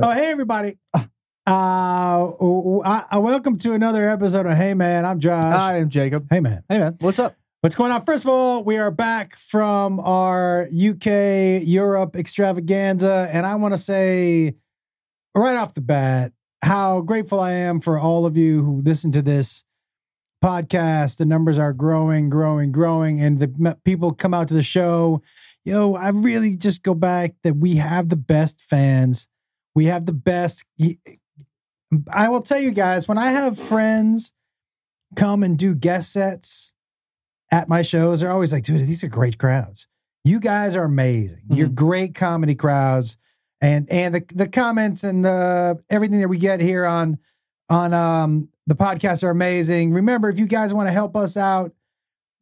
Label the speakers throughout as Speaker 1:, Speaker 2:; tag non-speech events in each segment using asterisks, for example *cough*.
Speaker 1: Oh, hey, everybody. Uh, w- w- I, I welcome to another episode of Hey Man. I'm Josh.
Speaker 2: I am Jacob.
Speaker 1: hey Man.
Speaker 2: Hey man, what's up?
Speaker 1: What's going on? First of all, we are back from our UK Europe extravaganza. And I want to say right off the bat how grateful I am for all of you who listen to this podcast. The numbers are growing, growing, growing. And the m- people come out to the show. Yo, I really just go back that we have the best fans. We have the best. I will tell you guys, when I have friends come and do guest sets, at my shows are always like, dude, these are great crowds. You guys are amazing. You're great comedy crowds. And and the, the comments and the everything that we get here on on um the podcast are amazing. Remember, if you guys want to help us out,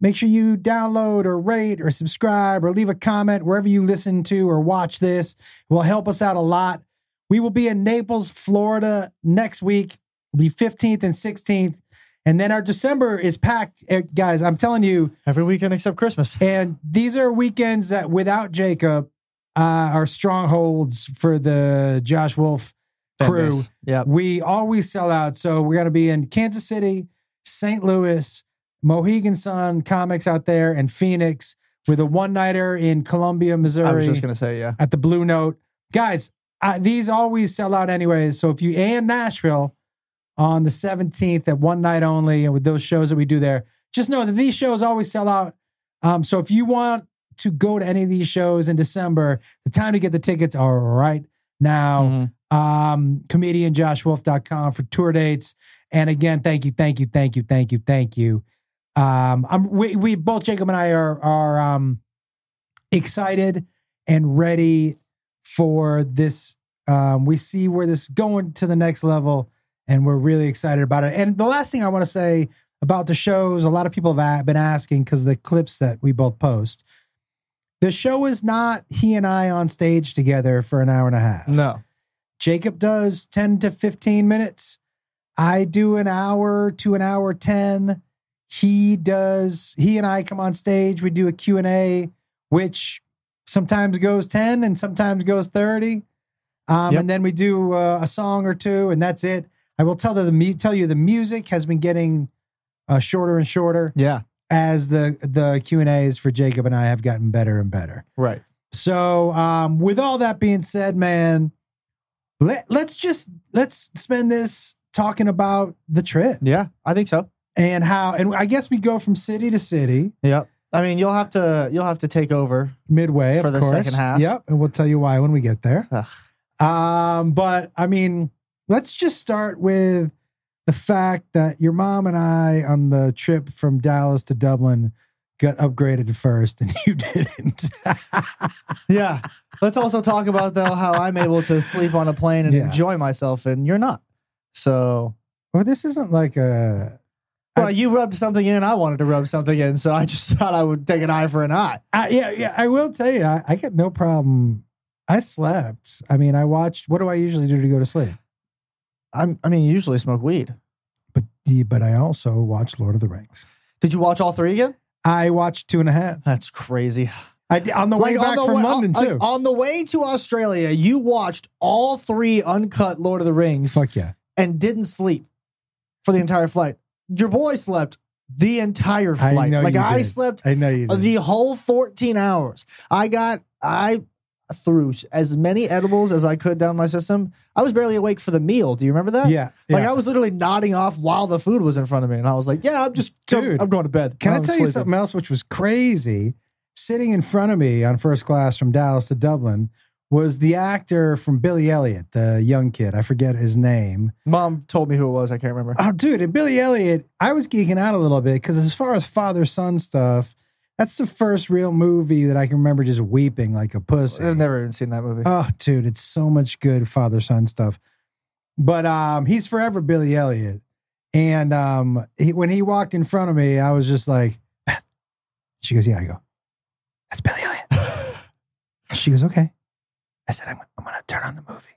Speaker 1: make sure you download or rate or subscribe or leave a comment wherever you listen to or watch this. It will help us out a lot. We will be in Naples, Florida next week, the 15th and 16th. And then our December is packed. Eh, Guys, I'm telling you,
Speaker 2: Every weekend except Christmas.
Speaker 1: and these are weekends that without Jacob uh, are strongholds for the Josh Wolf
Speaker 2: Fan
Speaker 1: crew.
Speaker 2: base. Yep.
Speaker 1: We always sell out. So we're going to be in Kansas City, St. Louis, Mohegan Sun Comics out there, and Phoenix with a one nighter in Columbia, Missouri
Speaker 2: I was just gonna say yeah.
Speaker 1: at the Blue Note. Guys, uh, these always sell out anyways. So if you and Nashville on the 17th at one night only, and with those shows that we do there, just know that these shows always sell out. Um, so if you want to go to any of these shows in December, the time to get the tickets are right now.
Speaker 2: Mhm.
Speaker 1: Um, comedianjoshwolf.com for tour dates. And again, thank you, thank you, thank you, thank you, thank you. Um, I'm we, we both Jacob and I are are um excited and ready for this. Um, we see where this is going to the next level, and we're really excited about it. And the last thing I want to say about the shows, a lot of people have a- been asking because the clips that we both post. The show is not he and I on stage together for an hour and a half.
Speaker 2: No.
Speaker 1: Jacob does 10 to 15 minutes. I do an hour to an hour 10. He does he and I come on stage, we do a Q&A which sometimes goes 10 and sometimes goes 30. Um,
Speaker 2: Yep.
Speaker 1: and then we do uh, a song or two and that's it. I will tell the, the mu- tell you the music has been getting uh, shorter and shorter
Speaker 2: Yeah.
Speaker 1: as the the Q&As for Jacob and I have gotten better and better.
Speaker 2: Right.
Speaker 1: So, um, with all that being said, man, let let's just let's spend this talking about the trip
Speaker 2: Yeah. I think so.
Speaker 1: and how, and I guess we go from city to city
Speaker 2: Yep. I mean you'll have to you'll have to take over.
Speaker 1: midway
Speaker 2: For
Speaker 1: of
Speaker 2: the
Speaker 1: course.
Speaker 2: second half.
Speaker 1: Yep, and we'll tell you why when we get there.
Speaker 2: Ugh.
Speaker 1: Um, but I mean, let's just start with the fact that your mom and I on the trip from Dallas to Dublin got upgraded first, and *laughs* you didn't.
Speaker 2: Yeah. Let's also talk about though how I'm able to sleep on a plane and
Speaker 1: Yeah.
Speaker 2: enjoy myself and you're not. So
Speaker 1: well, this isn't like a
Speaker 2: well, you rubbed something in and I wanted to rub something in, so I just *laughs* thought I would take an eye for an eye.
Speaker 1: I, yeah, yeah. I will tell you, I, I got no problem. I slept. I mean, I watched. What do I usually do to go to sleep?
Speaker 2: I'm, I mean, you usually smoke weed.
Speaker 1: But the- but I also watched Lord of the Rings.
Speaker 2: Did you watch all three again?
Speaker 1: I watched two and a half.
Speaker 2: That's crazy.
Speaker 1: I did- on the way
Speaker 2: Like, on
Speaker 1: back
Speaker 2: the
Speaker 1: from
Speaker 2: way-
Speaker 1: London
Speaker 2: on,
Speaker 1: too.
Speaker 2: like, on the way to Australia, you watched all three uncut Lord of the Rings
Speaker 1: Fuck yeah!
Speaker 2: and didn't sleep for the entire flight. Your boy slept the entire
Speaker 1: I
Speaker 2: flight.
Speaker 1: know
Speaker 2: like
Speaker 1: you
Speaker 2: I
Speaker 1: did.
Speaker 2: slept
Speaker 1: I know you. Did.
Speaker 2: the whole 14 hours. I got I threw as many edibles as I could down my system. I was barely awake for the meal. Do you remember that?
Speaker 1: yeah,
Speaker 2: Like
Speaker 1: yeah.
Speaker 2: I was literally nodding off while the food was in front of me, and I was like, "Yeah, I'm just,
Speaker 1: Dude,
Speaker 2: I'm, I'm going to bed."
Speaker 1: Can I
Speaker 2: I'm
Speaker 1: tell you
Speaker 2: sleeping.
Speaker 1: something else, which was crazy? Sitting in front of me on first class from Dallas to Dublin was the actor from Billy Elliot, the young kid. I forget his name.
Speaker 2: Mom told me who it was. I can't remember.
Speaker 1: Oh, dude, and Billy Elliot, I was geeking out a little bit because as far as father son stuff, that's the first real movie that I can remember just weeping like a pussy.
Speaker 2: I've never even seen that movie.
Speaker 1: Oh, dude, it's so much good father son stuff. But um, he's forever Billy Elliot, and um, he, when he walked in front of me, I was just like, "Beth." she goes, "Yeah," I go, "That's Billy Elliot." she goes, "Okay." I said, I'm, "I'm gonna turn on the movie."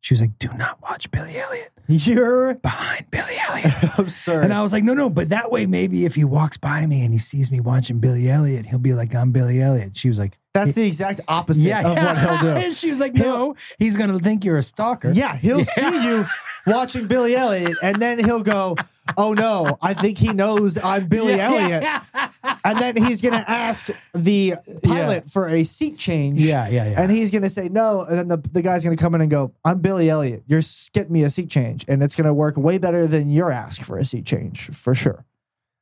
Speaker 1: She was like, "Do not watch Billy Elliot
Speaker 2: *laughs* You're
Speaker 1: behind Billy Elliot."
Speaker 2: *laughs* absurd.
Speaker 1: And I was like, no, no, but that way, maybe if he walks by me and he sees me watching Billy Elliot, he'll be like, I'm Billy Elliot. She was like,
Speaker 2: That's the exact opposite of what he'll do. *laughs*
Speaker 1: And *laughs* she was like, no, he's going to think you're a stalker. *laughs*
Speaker 2: Yeah, he'll see you watching Billy Elliot, and then he'll go, "Oh no, I think he knows I'm Billy
Speaker 1: Yeah, *laughs*
Speaker 2: Elliot,"
Speaker 1: Yeah, yeah.
Speaker 2: and then he's gonna ask the pilot for a seat change.
Speaker 1: Yeah, yeah, yeah.
Speaker 2: And he's gonna say no, and then the, the guy's gonna come in and go, "I'm Billy Elliot. You're s- get me a seat change," and it's gonna work way better than your ask for a seat change for sure.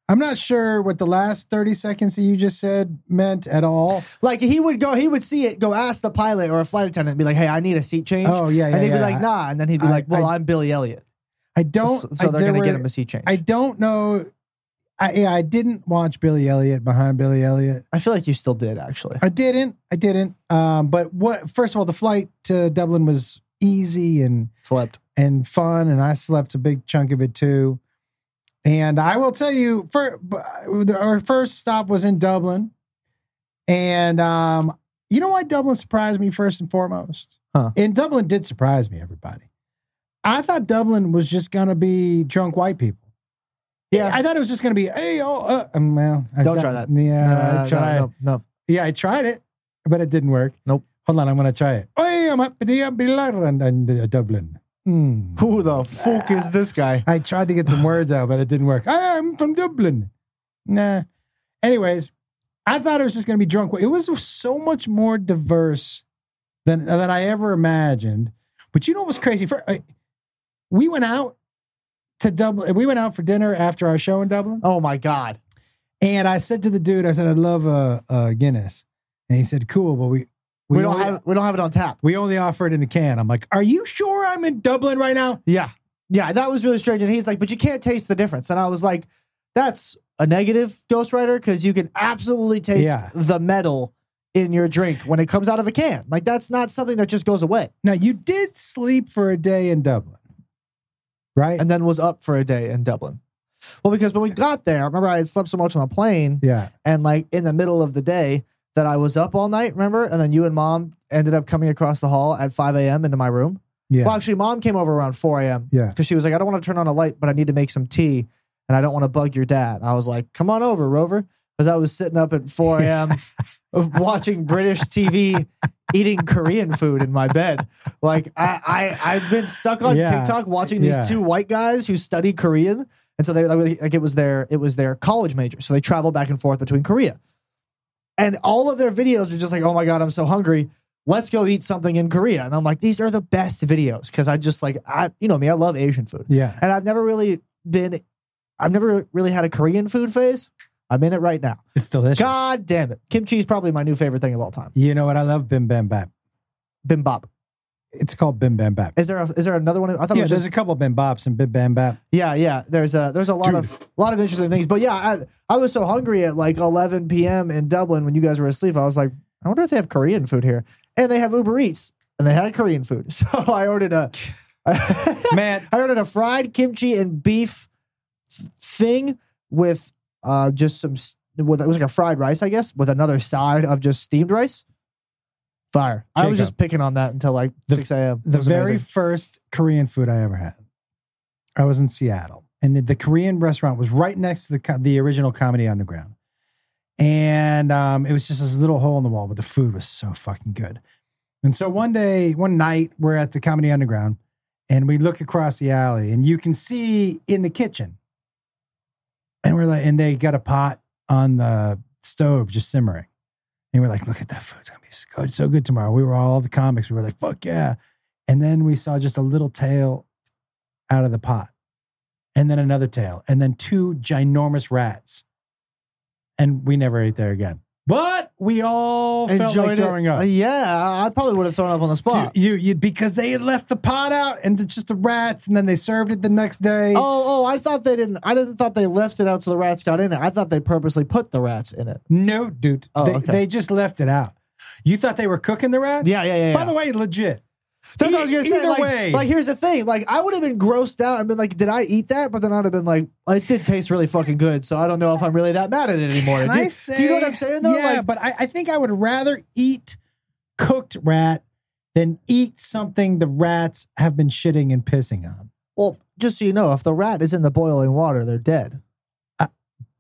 Speaker 1: I'm not sure what the last 30 seconds that you just said meant at all.
Speaker 2: Like he would go, he would see it, go ask the pilot or a flight attendant, and be like, "Hey, I need a seat change,"
Speaker 1: Oh, yeah, yeah.
Speaker 2: and he'd
Speaker 1: yeah.
Speaker 2: be like, "Nah," and then he'd be
Speaker 1: I-
Speaker 2: like, "Well,
Speaker 1: I-
Speaker 2: I, am Billy Elliot,"
Speaker 1: I don't.
Speaker 2: so, so
Speaker 1: I,
Speaker 2: they're
Speaker 1: there
Speaker 2: gonna
Speaker 1: were-
Speaker 2: get him a seat change.
Speaker 1: I don't know. I, yeah, I didn't watch Billy Elliot behind Billy Elliot.
Speaker 2: I feel like you still did actually.
Speaker 1: I didn't. I didn't. Um, but what? First of all, the flight to Dublin was easy and
Speaker 2: Slept.
Speaker 1: and fun, and I slept a big chunk of it too. And I will tell you, for b- our first stop was in Dublin, and um, you know why Dublin surprised me first and foremost.
Speaker 2: Huh.
Speaker 1: And Dublin did surprise me, everybody. I thought Dublin was just gonna be drunk white people. I thought it was just going to be, hey, oh, uh, um, well, I
Speaker 2: Don't
Speaker 1: got-
Speaker 2: try that.
Speaker 1: Yeah, I
Speaker 2: uh, no,
Speaker 1: tried.
Speaker 2: no, no.
Speaker 1: Yeah, I tried it, but it didn't work.
Speaker 2: Nope.
Speaker 1: Hold on, I'm going to try it. Hey, I'm up the up the Ireland and uh, Dublin. Hmm.
Speaker 2: Who the fuck is this guy?
Speaker 1: *laughs* I tried to get some words out, but it didn't work. I'm from Dublin. Nah. Anyways, I thought it was just going to be drunk. It was so much more diverse than than I ever imagined. But you know what was crazy? For, I- we went out to Dublin. We went out for dinner after our show in Dublin.
Speaker 2: Oh my god.
Speaker 1: And I said to the dude, I said, I'd love a, a Guinness. And he said, Cool, but we
Speaker 2: We, don't
Speaker 1: only,
Speaker 2: have we don't have it on tap.
Speaker 1: we only offer it in the can. I'm like, Are you sure I'm in Dublin right now?
Speaker 2: Yeah. Yeah, that was really strange. And he's like, but you can't taste the difference. And I was like, that's a negative ghostwriter because you can absolutely taste
Speaker 1: Yeah.
Speaker 2: the metal in your drink when it comes out of a can. Like that's not something that just goes away.
Speaker 1: Now you did sleep for a day in Dublin. Right?
Speaker 2: And then was up for a day in Dublin. Well, because when we got there, remember I had slept so much on the plane
Speaker 1: yeah.
Speaker 2: and like in the middle of the day that I was up all night, remember? And then you and mom ended up coming across the hall at 5 a.m. into my room.
Speaker 1: Yeah.
Speaker 2: Well, actually, mom came over around 4 a.m.
Speaker 1: Yeah.
Speaker 2: Because she was like, I don't want to turn on a light, but I need to make some tea and I don't want to bug your dad. I was like, come on over, Rover. Because I was sitting up at
Speaker 1: *laughs*
Speaker 2: 4 a.m. watching British TV, eating Korean food in my bed. Like, I, I, I've been stuck on
Speaker 1: Yeah.
Speaker 2: TikTok watching these
Speaker 1: Yeah.
Speaker 2: two white guys who study Korean. And so they like, like, it was their it was their college major. So they travel back and forth between Korea. And all of their videos are just like, oh my God, I'm so hungry. Let's go eat something in Korea. And I'm like, these are the best videos. Cause I just like I you know me, I love Asian food.
Speaker 1: yeah.
Speaker 2: And I've never really been I've never really had a Korean food phase. I'm in it right now.
Speaker 1: It's delicious.
Speaker 2: God damn it. Kimchi is probably my new favorite thing of all time.
Speaker 1: You know what? I love Bim Bam Bap.
Speaker 2: Bimbap.
Speaker 1: It's called Bim Bam Bap.
Speaker 2: Is there a, is there another one? I thought it
Speaker 1: Yeah,
Speaker 2: was
Speaker 1: there's
Speaker 2: just
Speaker 1: a couple Bim Bops and Bim Bam Bap.
Speaker 2: Yeah, yeah. There's a there's a lot of a lot of interesting things. But yeah, I, I was so hungry at like 11 p.m. in Dublin when you guys were asleep. I was like, I wonder if they have Korean food here. And they have Uber Eats, and they had Korean food. *laughs* So I ordered a I
Speaker 1: Man,
Speaker 2: ordered a fried kimchi and beef th- thing with uh just some s- with it was like a fried rice, I guess, with another side of just steamed rice. Fire. I was
Speaker 1: Jacob.
Speaker 2: just picking on that until like
Speaker 1: The-
Speaker 2: 6 a.m. It
Speaker 1: the
Speaker 2: was
Speaker 1: very
Speaker 2: amazing.
Speaker 1: first Korean food I ever had. I was in Seattle, and the Korean restaurant was right next to the co- the original Comedy Underground, and um, it was just this little hole in the wall, but the food was so fucking good. And so one day, one night, we're at the Comedy Underground, and we look across the alley, and you can see in the kitchen, and we're like, and they got a pot on the stove just simmering, and we're like, look at that food, it's gonna be so good, so good tomorrow. We were all the comics, we were like, fuck yeah. And then we saw just a little tail out of the pot, and then another tail, and then two ginormous rats. And we never ate there again. But we all felt like
Speaker 2: Enjoyed it. Uh,
Speaker 1: throwing up.
Speaker 2: Yeah, I probably would have thrown up on the spot.
Speaker 1: Dude, you, you, because they had left the pot out and it's just the rats, and then they served it the next day.
Speaker 2: Oh, oh, I thought they didn't. I didn't thought they left it out so the rats got in it. I thought they purposely put the rats in it.
Speaker 1: No, dude.
Speaker 2: Oh,
Speaker 1: they,
Speaker 2: okay.
Speaker 1: they just left it out. You thought they were cooking the rats?
Speaker 2: Yeah, yeah, yeah,
Speaker 1: By
Speaker 2: yeah.
Speaker 1: the way, legit.
Speaker 2: That's what I was
Speaker 1: E-
Speaker 2: gonna say.
Speaker 1: either
Speaker 2: like,
Speaker 1: way.
Speaker 2: like here's the thing. Like I would have been grossed out and been like, "Did I eat that?" But then I'd have been like, "It did taste really fucking good." So I don't know if I'm really that mad at it anymore.
Speaker 1: Can
Speaker 2: do,
Speaker 1: I
Speaker 2: you-
Speaker 1: say,
Speaker 2: do you know what I'm saying? Though,
Speaker 1: Yeah,
Speaker 2: like,
Speaker 1: but I, I think I would rather eat cooked rat than eat something the rats have been shitting and pissing on.
Speaker 2: well, just so you know, if the rat is in the boiling water, they're dead.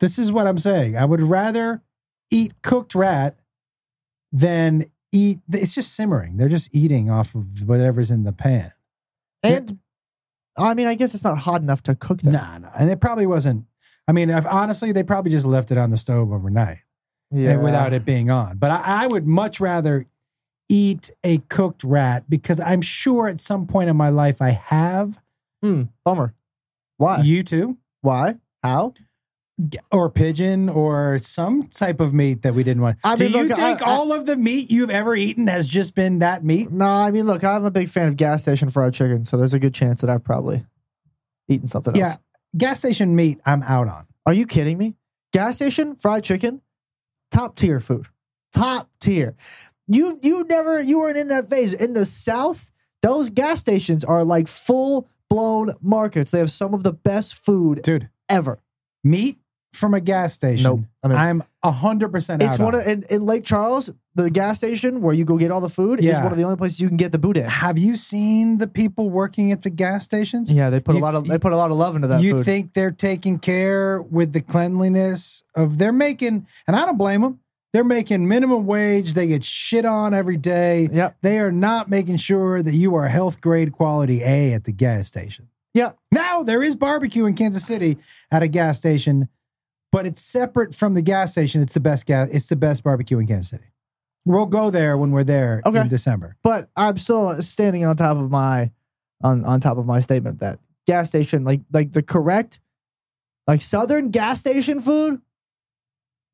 Speaker 1: This is what I'm saying. I would rather eat cooked rat then eat. It's just simmering. They're just eating off of whatever's in the pan.
Speaker 2: And I mean, I guess it's not hot enough to cook them.
Speaker 1: Nah, nah. And it probably wasn't. I mean, if, honestly, they probably just left it on the stove overnight and without it being on. But I, I would much rather eat a cooked rat because I'm sure at some point in my life I have.
Speaker 2: Hmm, bummer. Why?
Speaker 1: You too,
Speaker 2: Why? How?
Speaker 1: or pigeon, or some type of meat that we didn't want.
Speaker 2: I
Speaker 1: Do
Speaker 2: mean,
Speaker 1: you
Speaker 2: look, I-
Speaker 1: think
Speaker 2: I-
Speaker 1: all of the meat you've ever eaten has just been that meat?
Speaker 2: No, I mean, look, I'm a big fan of gas station fried chicken, so there's a good chance that I've probably eaten something
Speaker 1: Yeah.
Speaker 2: else.
Speaker 1: Gas station meat, I'm out on.
Speaker 2: Are you kidding me? Gas station fried chicken, top tier food, top tier. You you never you weren't in that phase in the South. Those gas stations are like full blown markets. They have some of the best food
Speaker 1: Dude,
Speaker 2: ever.
Speaker 1: meat from a gas station.
Speaker 2: Nope. I mean,
Speaker 1: I'm 100% out
Speaker 2: it's one
Speaker 1: on.
Speaker 2: of, in, in Lake Charles, the gas station where you go get all the food is
Speaker 1: Yeah.
Speaker 2: one of the only places you can get the boudin.
Speaker 1: Have you seen the people working at the gas stations?
Speaker 2: Yeah, they put
Speaker 1: You
Speaker 2: a lot of
Speaker 1: th-
Speaker 2: they put a lot of love into that
Speaker 1: you
Speaker 2: food.
Speaker 1: think they're taking care with the cleanliness of they're making and i don't blame them they're making minimum wage they get shit on every day
Speaker 2: Yep.
Speaker 1: they are not making sure that you are health grade quality a at the gas station
Speaker 2: Yeah.
Speaker 1: now there is barbecue in kansas city at a gas station but it's separate from the gas station it's the best gas it's the best barbecue in kansas city we'll go there when we're there
Speaker 2: Okay.
Speaker 1: in december
Speaker 2: but I'm still standing on top of my on on top of my statement that gas station like like the correct like southern gas station food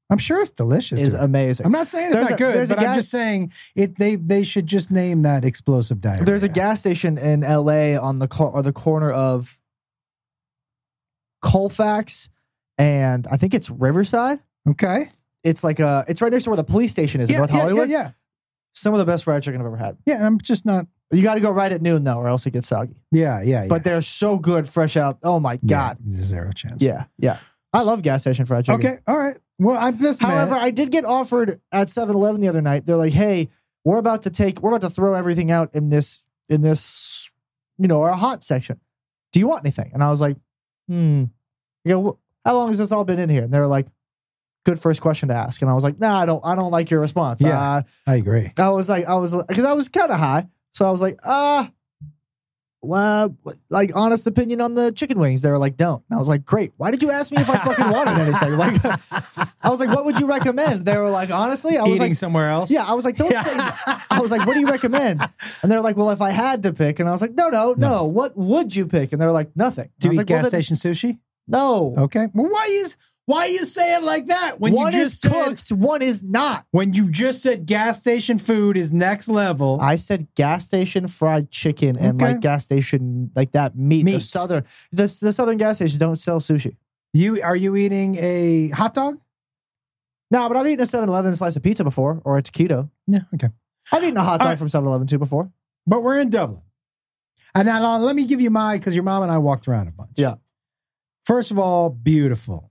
Speaker 1: i'm sure it's delicious
Speaker 2: is
Speaker 1: dude.
Speaker 2: amazing.
Speaker 1: I'm not saying it's
Speaker 2: There's
Speaker 1: not
Speaker 2: a-
Speaker 1: good,
Speaker 2: there's a
Speaker 1: but I'm
Speaker 2: gas-
Speaker 1: just saying it. They they should just name that explosive diarrhea.
Speaker 2: There's a gas station in LA on the cor- or the corner of Colfax and I think it's Riverside.
Speaker 1: Okay.
Speaker 2: It's like a it's right next to where the police station is in
Speaker 1: yeah,
Speaker 2: North
Speaker 1: yeah,
Speaker 2: Hollywood.
Speaker 1: yeah, yeah,
Speaker 2: Some of the best fried chicken I've ever had.
Speaker 1: yeah. I'm just not.
Speaker 2: You got to go right at noon though, or else it gets soggy.
Speaker 1: Yeah, yeah, yeah.
Speaker 2: But they're so good, fresh out. Oh my
Speaker 1: Yeah,
Speaker 2: god!
Speaker 1: zero chance.
Speaker 2: Yeah, yeah. I love gas station fried chicken.
Speaker 1: Okay. All right. Well, I'm this.
Speaker 2: However, I did get offered at 7-Eleven the other night. They're like, "Hey, we're about to take, we're about to throw everything out in this, in this, you know, our hot section. Do you want anything?" And I was like, "Hmm." You go, "Wh- "How long has this all been in here?" And they're like, "Good first question to ask." And I was like, "Nah, I don't, I don't like your response."
Speaker 1: Yeah.
Speaker 2: Uh,
Speaker 1: I agree.
Speaker 2: I was like, I was because I was kind of high, so I was like, "Ah." well, like honest opinion on the chicken wings. They were like, don't. And I was like, great. Why did you ask me if I fucking wanted
Speaker 1: *laughs*
Speaker 2: anything? Like, I was like, what would you recommend? They were like, honestly, I
Speaker 1: *laughs*
Speaker 2: was
Speaker 1: Eating
Speaker 2: like,
Speaker 1: somewhere else.
Speaker 2: yeah, I was like, don't say.
Speaker 1: *laughs*
Speaker 2: I was like, what do you recommend? And they're like, well, if I had to pick, and I was like, no, no, no.
Speaker 1: No.
Speaker 2: What would you pick? And they're like, nothing. And I
Speaker 1: Do you
Speaker 2: was
Speaker 1: eat
Speaker 2: like,
Speaker 1: gas
Speaker 2: well, then-
Speaker 1: station sushi?
Speaker 2: No.
Speaker 1: Okay. Well, why is why you say it like that when
Speaker 2: one
Speaker 1: you just said,
Speaker 2: is cooked, one is not.
Speaker 1: when you just said gas station food is next level?
Speaker 2: I said gas station fried chicken and
Speaker 1: Okay.
Speaker 2: like gas station like that meat. The
Speaker 1: Meat.
Speaker 2: southern the, the southern gas stations don't sell sushi.
Speaker 1: you are you eating a hot dog?
Speaker 2: No, but I've eaten a 7-Eleven slice of pizza before or a taquito.
Speaker 1: Yeah. Okay.
Speaker 2: I've eaten a hot
Speaker 1: All
Speaker 2: dog
Speaker 1: right.
Speaker 2: from 7-Eleven too before.
Speaker 1: but we're in Dublin. And now uh, let me give you my because your mom and I walked around a bunch.
Speaker 2: Yeah.
Speaker 1: First of all, beautiful.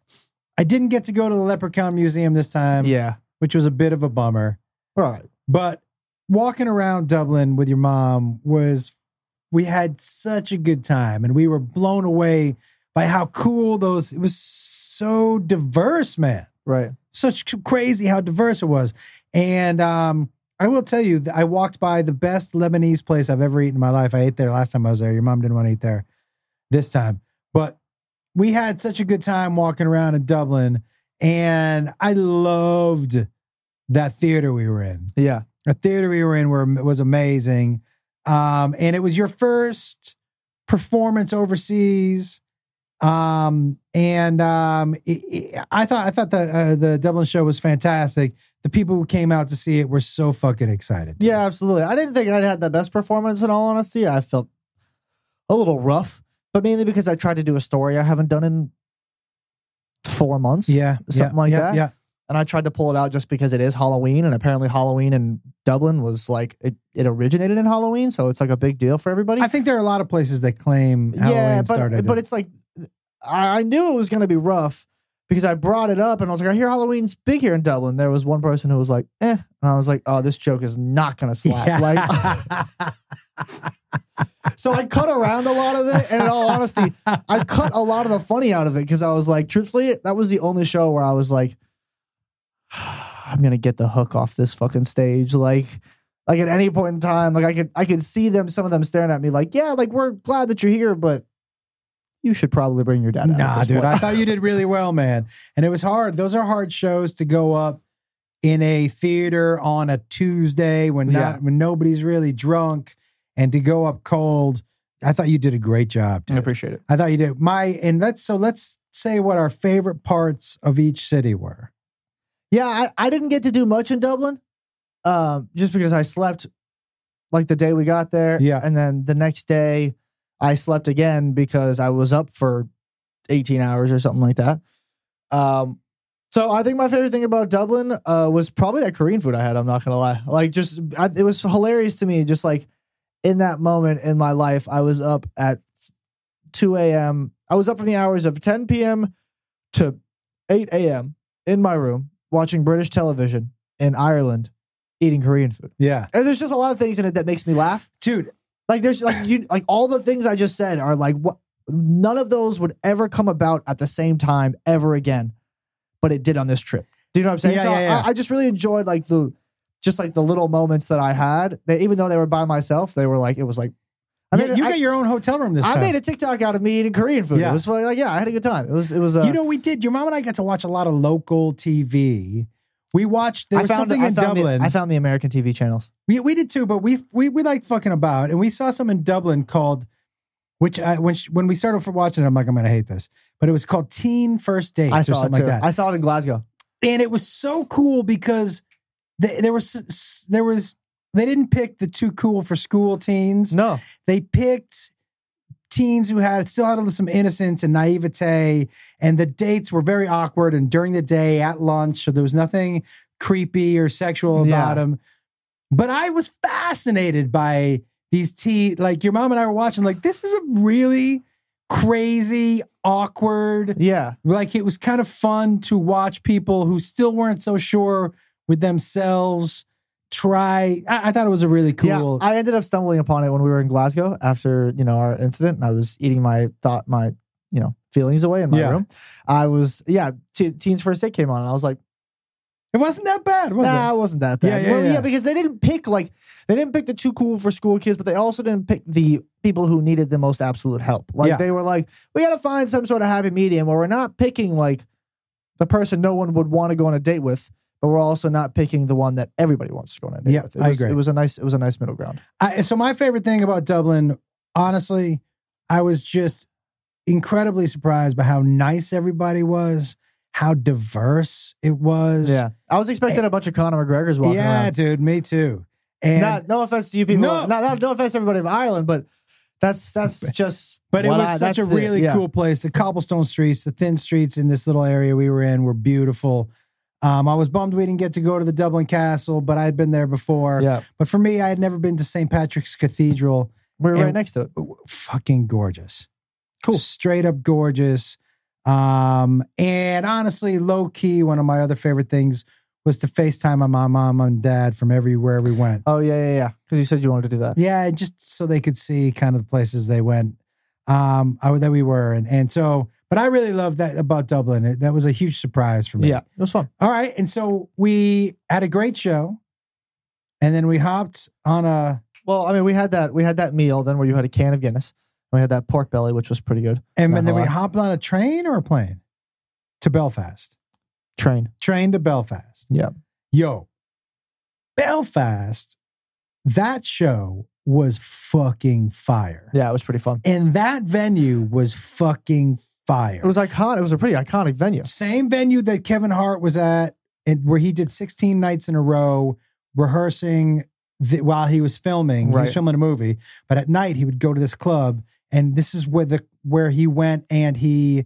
Speaker 1: I didn't get to go to the Leprechaun Museum this time,
Speaker 2: yeah.
Speaker 1: which was a bit of a bummer.
Speaker 2: All right.
Speaker 1: But walking around Dublin with your mom was, we had such a good time and we were blown away by how cool those, it was so diverse, man
Speaker 2: Right.
Speaker 1: such c- crazy how diverse it was. And um, I will tell you, that I walked by the best Lebanese place I've ever eaten in my life. I ate there last time I was there. Your mom didn't want to eat there this time, but we had such a good time walking around in Dublin, and I loved that theater we were in.
Speaker 2: Yeah.
Speaker 1: The theater we were in were, was amazing, um, and it was your first performance overseas. Um, and um, it- it- I thought I thought the uh, the Dublin show was fantastic. The people who came out to see it were so fucking excited.
Speaker 2: Yeah, absolutely. I didn't think I'd had the best performance in all honesty. I felt a little rough, but mainly because I tried to do a story I haven't done in 4 months.
Speaker 1: yeah,
Speaker 2: Something
Speaker 1: yeah,
Speaker 2: like
Speaker 1: yeah,
Speaker 2: that?
Speaker 1: Yeah,
Speaker 2: and I tried to pull it out just because it is Halloween, and apparently Halloween in Dublin was like it, it originated in Halloween, so it's like a big deal for everybody.
Speaker 1: I think there are a lot of places that claim Halloween
Speaker 2: yeah, but
Speaker 1: started.
Speaker 2: but it's like I, I knew it was gonna be rough because I brought it up and I was like, I hear Halloween's big here in Dublin. There was one person who was like, eh, and I was like, oh, this joke is not gonna
Speaker 1: *laughs*
Speaker 2: slap.
Speaker 1: Yeah.
Speaker 2: Like, so I cut around a lot of it, and in all honesty, I cut a lot of the funny out of it because I was like, truthfully, that was the only show where I was like, *sighs* I'm gonna get the hook off this fucking stage. Like, like at any point in time, like I could I could see them, some of them staring at me, like, yeah, like we're glad that you're here, but you should probably bring your dad. out at
Speaker 1: Nah,
Speaker 2: this
Speaker 1: dude,
Speaker 2: point."
Speaker 1: I
Speaker 2: *laughs*
Speaker 1: thought you did really well, man. And it was hard. Those are hard shows to go up in a theater on a Tuesday when not when nobody's really drunk and to go up cold. I thought you did a great job,
Speaker 2: I
Speaker 1: dude.
Speaker 2: appreciate it.
Speaker 1: I thought you did. My and let's so let's say what our favorite parts of each city were.
Speaker 2: Yeah, I, I didn't get to do much in Dublin, um, just because I slept like the day we got there.
Speaker 1: Yeah.
Speaker 2: and then the next day I slept again because I was up for eighteen hours or something like that. Um, so I think my favorite thing about Dublin uh, was probably that Korean food I had. I'm not gonna lie, like just I, it was hilarious to me. Just like in that moment in my life, I was up at two a.m. I was up from the hours of ten p.m. to eight a.m. in my room watching British television in Ireland, eating Korean food.
Speaker 1: Yeah.
Speaker 2: And there's just a lot of things in it that makes me laugh.
Speaker 1: Dude,
Speaker 2: Like there's like you like all the things I just said are like what none of those would ever come about at the same time ever again, but it did on this trip. Do you know what I'm saying?
Speaker 1: Yeah,
Speaker 2: so
Speaker 1: yeah, yeah.
Speaker 2: I, I just really enjoyed like the just like the little moments that I had. That even though they were by myself, they were like it was like I
Speaker 1: yeah,
Speaker 2: mean
Speaker 1: you
Speaker 2: I,
Speaker 1: got your own hotel room this
Speaker 2: I
Speaker 1: time.
Speaker 2: made a TikTok out of me eating Korean food.
Speaker 1: Yeah.
Speaker 2: It was like, like yeah, I had a good time. It was it was uh,
Speaker 1: you know, we did. Your mom and I got to watch a lot of local TV. We watched there
Speaker 2: I
Speaker 1: was
Speaker 2: found
Speaker 1: something
Speaker 2: I
Speaker 1: in
Speaker 2: found the-
Speaker 1: Dublin.
Speaker 2: I found the American TV channels.
Speaker 1: We we did too, but we we we like fucking about, and we saw some in Dublin called, which I when she, when we started for watching it, I'm like I'm gonna hate this, but it was called Teen First Dates
Speaker 2: I
Speaker 1: or
Speaker 2: saw it
Speaker 1: something
Speaker 2: too.
Speaker 1: like that,
Speaker 2: I saw it in Glasgow.
Speaker 1: and it was so cool because they, there was s- s- there was they didn't pick the too cool for school teens,
Speaker 2: No.
Speaker 1: they picked teens who had still had some innocence and naivete and the dates were very awkward and during the day at lunch so there was nothing creepy or sexual
Speaker 2: Yeah.
Speaker 1: about them but i was fascinated by these tea like your mom and i were watching like this is a really crazy awkward
Speaker 2: Yeah.
Speaker 1: like it was kind of fun to watch people who still weren't so sure with themselves try i, I thought it was a really cool
Speaker 2: Yeah, I ended up stumbling upon it when we were in Glasgow after you know our incident, and I was eating my thought my you know feelings away in my
Speaker 1: Yeah.
Speaker 2: room. I was yeah, te- Teens First Date came on, and I was like,
Speaker 1: it wasn't that bad was it
Speaker 2: nah, it? wasn't that bad.
Speaker 1: Yeah, yeah,
Speaker 2: Well,
Speaker 1: yeah.
Speaker 2: because they didn't pick like they didn't pick the too cool for school kids, but they also didn't pick the people who needed the most absolute help. Like
Speaker 1: Yeah.
Speaker 2: they were like, we got to find some sort of happy medium where we're not picking like the person no one would want to go on a date with. But we're also not picking the one that everybody wants to go on a date
Speaker 1: Yeah,
Speaker 2: with. It
Speaker 1: I
Speaker 2: was,
Speaker 1: agree.
Speaker 2: It was a nice, it was a nice middle ground.
Speaker 1: I, so my favorite thing about Dublin, honestly, I was just incredibly surprised by how nice everybody was, how diverse it was.
Speaker 2: Yeah, I was expecting a bunch of Conor McGregor's walking
Speaker 1: yeah,
Speaker 2: around.
Speaker 1: dude, me too. And
Speaker 2: Not, no offense to you people.
Speaker 1: No.
Speaker 2: No, not, no offense to everybody of Ireland, but that's that's just.
Speaker 1: but it
Speaker 2: what
Speaker 1: was
Speaker 2: I-
Speaker 1: such
Speaker 2: that's
Speaker 1: a
Speaker 2: the-
Speaker 1: really
Speaker 2: yeah.
Speaker 1: cool place. The cobblestone streets, the thin streets in this little area we were in were beautiful. Um, I was bummed we didn't get to go to the Dublin Castle, but I had been there before.
Speaker 2: Yeah,
Speaker 1: But for me, I had never been to St. Patrick's Cathedral.
Speaker 2: we were
Speaker 1: And-
Speaker 2: right next to it.
Speaker 1: fucking gorgeous.
Speaker 2: Cool.
Speaker 1: Straight up gorgeous. Um, and honestly, low key, one of my other favorite things was to FaceTime my mom, mom and dad from everywhere we
Speaker 2: *laughs*
Speaker 1: went.
Speaker 2: Oh yeah, yeah, yeah. Because you said you wanted to do that.
Speaker 1: Yeah, just so they could see kind of the places they went. Um, I, that we were, and and so, but I really loved that about Dublin. It, that was a huge surprise for me.
Speaker 2: Yeah, it was fun.
Speaker 1: All right, and so we had a great show, and then we hopped on a
Speaker 2: Well, I mean, we had that we had that meal then where you had a can of Guinness. We had that pork belly, which was pretty good.
Speaker 1: and,
Speaker 2: Not
Speaker 1: then we
Speaker 2: a lot.
Speaker 1: hopped on a train or a plane to Belfast.
Speaker 2: Train.
Speaker 1: train to Belfast.
Speaker 2: Yeah.
Speaker 1: Yo, Belfast, that show was fucking fire.
Speaker 2: Yeah, it was pretty fun.
Speaker 1: And that venue was fucking fire.
Speaker 2: It was iconic. It was a pretty iconic venue.
Speaker 1: Same venue that Kevin Hart was at, and where he did 16 nights in a row rehearsing the, while he was filming. He was
Speaker 2: Right.
Speaker 1: filming a movie, but at night he would go to this club, and this is where the where he went and he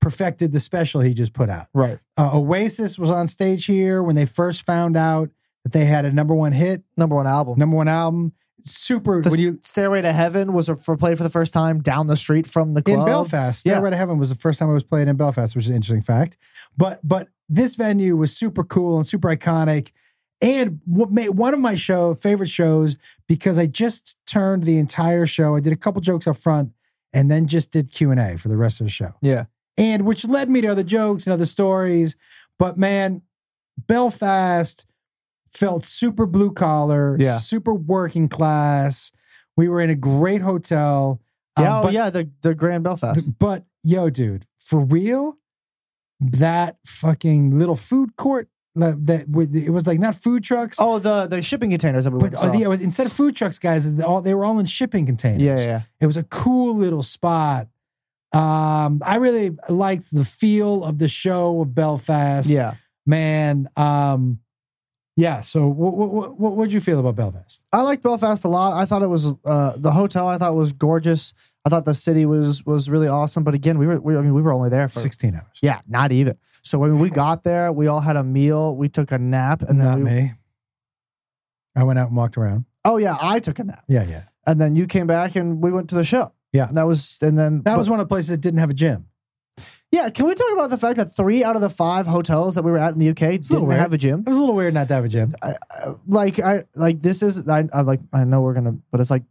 Speaker 1: perfected the special he just put out
Speaker 2: Right.
Speaker 1: uh, Oasis was on stage here when they first found out that they had a number one hit,
Speaker 2: Number one album.
Speaker 1: number one album. Super.
Speaker 2: The
Speaker 1: when you
Speaker 2: Stairway to Heaven was a, for played for the first time down the street from the club.
Speaker 1: in Belfast,
Speaker 2: Yeah.
Speaker 1: Stairway to Heaven was the first time it was played in Belfast, which is an interesting fact. But but this venue was super cool and super iconic. And what made one of my show favorite shows because I just turned the entire show. I did a couple jokes up front and then just did Q and A for the rest of the show.
Speaker 2: Yeah.
Speaker 1: and which led me to other jokes and other stories. But man, Belfast felt super blue collar,
Speaker 2: Yeah.
Speaker 1: super working class. We were in a great hotel. Um,
Speaker 2: yeah, oh,
Speaker 1: but,
Speaker 2: yeah, the, the Grand Belfast.
Speaker 1: But yo, dude, for real, that fucking little food court like, that with it was like not food trucks,
Speaker 2: Oh, the the shipping containers that we
Speaker 1: but
Speaker 2: went and
Speaker 1: uh,
Speaker 2: saw.
Speaker 1: yeah, it was, instead of food trucks, guys, they all, they were all in shipping containers.
Speaker 2: yeah, yeah.
Speaker 1: It was a cool little spot. Um, I really liked the feel of the show of Belfast.
Speaker 2: Yeah.
Speaker 1: man. Um, yeah. So, what what what what'd you feel about Belfast?
Speaker 2: I liked Belfast a lot. I thought it was uh, the hotel. I thought was gorgeous. I thought the city was was really awesome. But again, we were we, I mean we were only there for
Speaker 1: Sixteen hours.
Speaker 2: yeah, not even. So when we got there, we all had a meal. We took a nap, and then
Speaker 1: Not
Speaker 2: we,
Speaker 1: me. I went out and walked around.
Speaker 2: oh yeah, I took a nap,
Speaker 1: Yeah, yeah.
Speaker 2: and then you came back, and we went to the show.
Speaker 1: Yeah.
Speaker 2: and that was and then
Speaker 1: That was one of the places that didn't have a gym.
Speaker 2: yeah. Can we talk about the fact that three out of the five hotels that we were at in the UK
Speaker 1: a little
Speaker 2: didn't have a gym?
Speaker 1: It was a little weird not to have a gym.
Speaker 2: I, I, like I like this is I, I like I know we're gonna, but it's like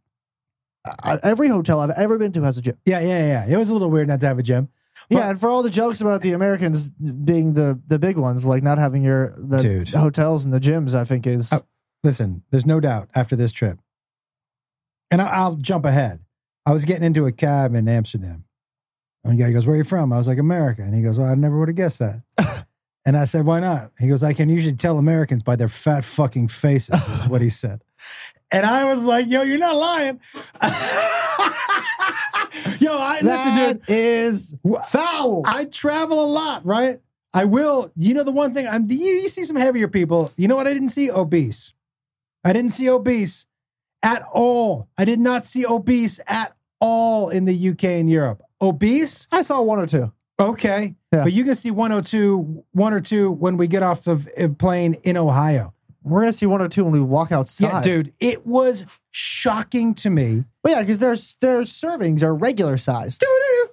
Speaker 2: I, every hotel I've ever been to has a gym.
Speaker 1: Yeah, yeah, yeah. It was a little weird not to have a gym, But-
Speaker 2: yeah, and for all the jokes about the Americans being the the big ones, like not having your the
Speaker 1: dude.
Speaker 2: hotels and the gyms, I think is
Speaker 1: Oh. Listen, there's no doubt after this trip, and I, I'll jump ahead. I was getting into a cab in Amsterdam, and the guy goes, "Where are you from?" I was like, "America," and he goes, "Well, I never would have guessed *laughs* that." and I said, "Why not?" He goes, "I can usually tell Americans by their fat fucking faces," is what he said. *laughs* And I was like, "Yo, you're not lying." *laughs* Yo, I listen, dude.
Speaker 2: That is
Speaker 1: Wha-
Speaker 2: foul.
Speaker 1: I travel a lot, right? I will. You know the one thing I'm. You, you see some heavier people. You know what I didn't see? Obese. I didn't see obese at all. I did not see obese at all in the UK and Europe. Obese?
Speaker 2: I saw one or two.
Speaker 1: Okay.
Speaker 2: Yeah.
Speaker 1: But you can see 102, one or two when we get off the v- plane in Ohio.
Speaker 2: We're gonna see one or two when we walk outside.
Speaker 1: Yeah, dude. It was shocking to me.
Speaker 2: But yeah, because their their servings are regular sized.
Speaker 1: Dude,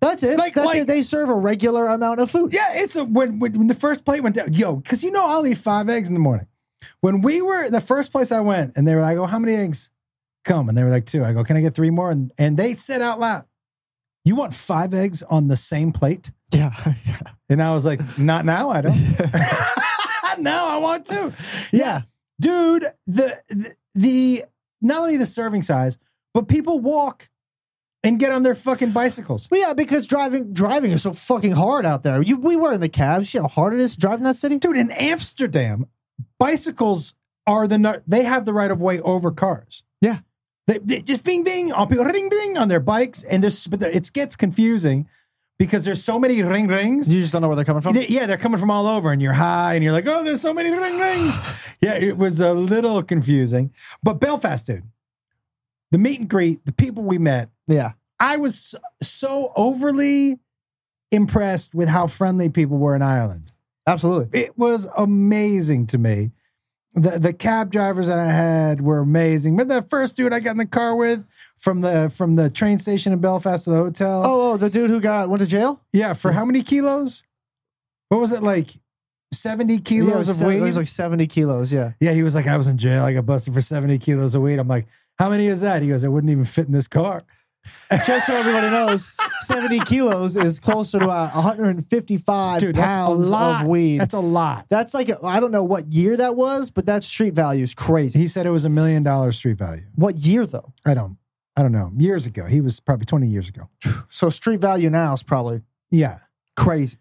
Speaker 2: That's it.
Speaker 1: Like-
Speaker 2: That's
Speaker 1: like-
Speaker 2: it. They serve a regular amount of food.
Speaker 1: Yeah, it's a when when, when the first plate went down, yo, because you know I'll eat five eggs in the morning. When we were the first place I went, and they were like, "Oh, how many eggs come?" and they were like, two. I go, "Can I get three more?" And and they said out loud, "You want five eggs on the same plate?"
Speaker 2: Yeah, *laughs*
Speaker 1: And I was like, "Not now, I don't." *laughs*
Speaker 2: yeah.
Speaker 1: no, I want two. dude, the, the the not only the serving size, but people walk and get on their fucking bicycles.
Speaker 2: But yeah, because driving driving is so fucking hard out there. You we were in the cab. See how hard it is to drive in that city.
Speaker 1: dude in amsterdam bicycles are the nu- they have the right of way over cars
Speaker 2: Yeah.
Speaker 1: they, they just bing bing on people ring ding on their bikes and there's but it gets confusing because there's so many ring rings
Speaker 2: You just don't know where they're coming from.
Speaker 1: They- yeah they're coming from all over and you're high and you're like oh there's so many ring rings yeah it was a little confusing but belfast dude the meet and greet the people we met
Speaker 2: Yeah,
Speaker 1: i was so overly impressed with how friendly people were in ireland
Speaker 2: absolutely.
Speaker 1: it was amazing to me. The the cab drivers that I had were amazing. Remember that first dude I got in the car with from the from the train station in Belfast to the hotel?
Speaker 2: Oh, oh, the dude who got went to jail.
Speaker 1: yeah, for how many kilos? What was it like? Seventy
Speaker 2: Yeah, it
Speaker 1: kilos
Speaker 2: was
Speaker 1: of
Speaker 2: sev-
Speaker 1: weight.
Speaker 2: It was like seventy kilos. Yeah.
Speaker 1: yeah, he was like, I was in jail. I got busted for seventy kilos of weight. I'm like, how many is that? He goes, it wouldn't even fit in this car.
Speaker 2: Just so everybody knows, seventy kilos is closer to uh, one hundred and fifty-five
Speaker 1: Dude, that's a
Speaker 2: pounds
Speaker 1: lot.
Speaker 2: of weed.
Speaker 1: That's
Speaker 2: That's,
Speaker 1: a lot.
Speaker 2: like I I don't know what year that was, but that street value is crazy.
Speaker 1: He said it was a million dollar street value.
Speaker 2: What year though?
Speaker 1: I don't, I don't know. Years ago, he was probably twenty years ago.
Speaker 2: So street value now is probably
Speaker 1: Yeah.
Speaker 2: crazy.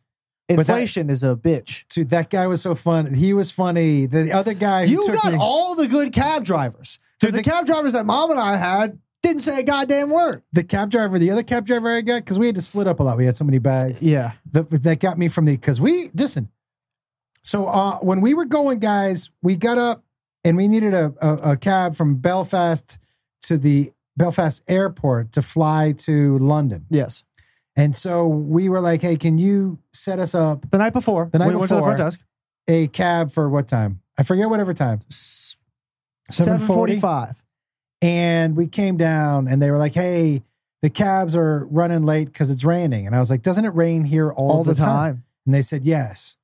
Speaker 1: that-
Speaker 2: Inflation is a bitch.
Speaker 1: Dude, that guy was so fun. He was funny. The other guy who
Speaker 2: You
Speaker 1: took
Speaker 2: got
Speaker 1: me,
Speaker 2: all the good cab drivers. Because
Speaker 1: Dude, the-
Speaker 2: the, cab drivers that mom and I had didn't say a goddamn word.
Speaker 1: the cab driver, the other cab driver I got, because we had to split up a lot. We had so many bags.
Speaker 2: Yeah.
Speaker 1: The, that got me from the because we listen. So uh, when we were going, guys, we got up and we needed a, a, a cab from Belfast to the Belfast airport to fly to London.
Speaker 2: Yes.
Speaker 1: And so we were like, "Hey, can you set us up
Speaker 2: The night before,
Speaker 1: The night
Speaker 2: we went to the
Speaker 1: before.
Speaker 2: front desk.
Speaker 1: a cab for what time? I forget whatever time."
Speaker 2: S-
Speaker 1: 7:40?
Speaker 2: 745.
Speaker 1: and we came down and they were like hey the cabs are running late because it's raining and i was like doesn't it rain here all, the, time? and they said yes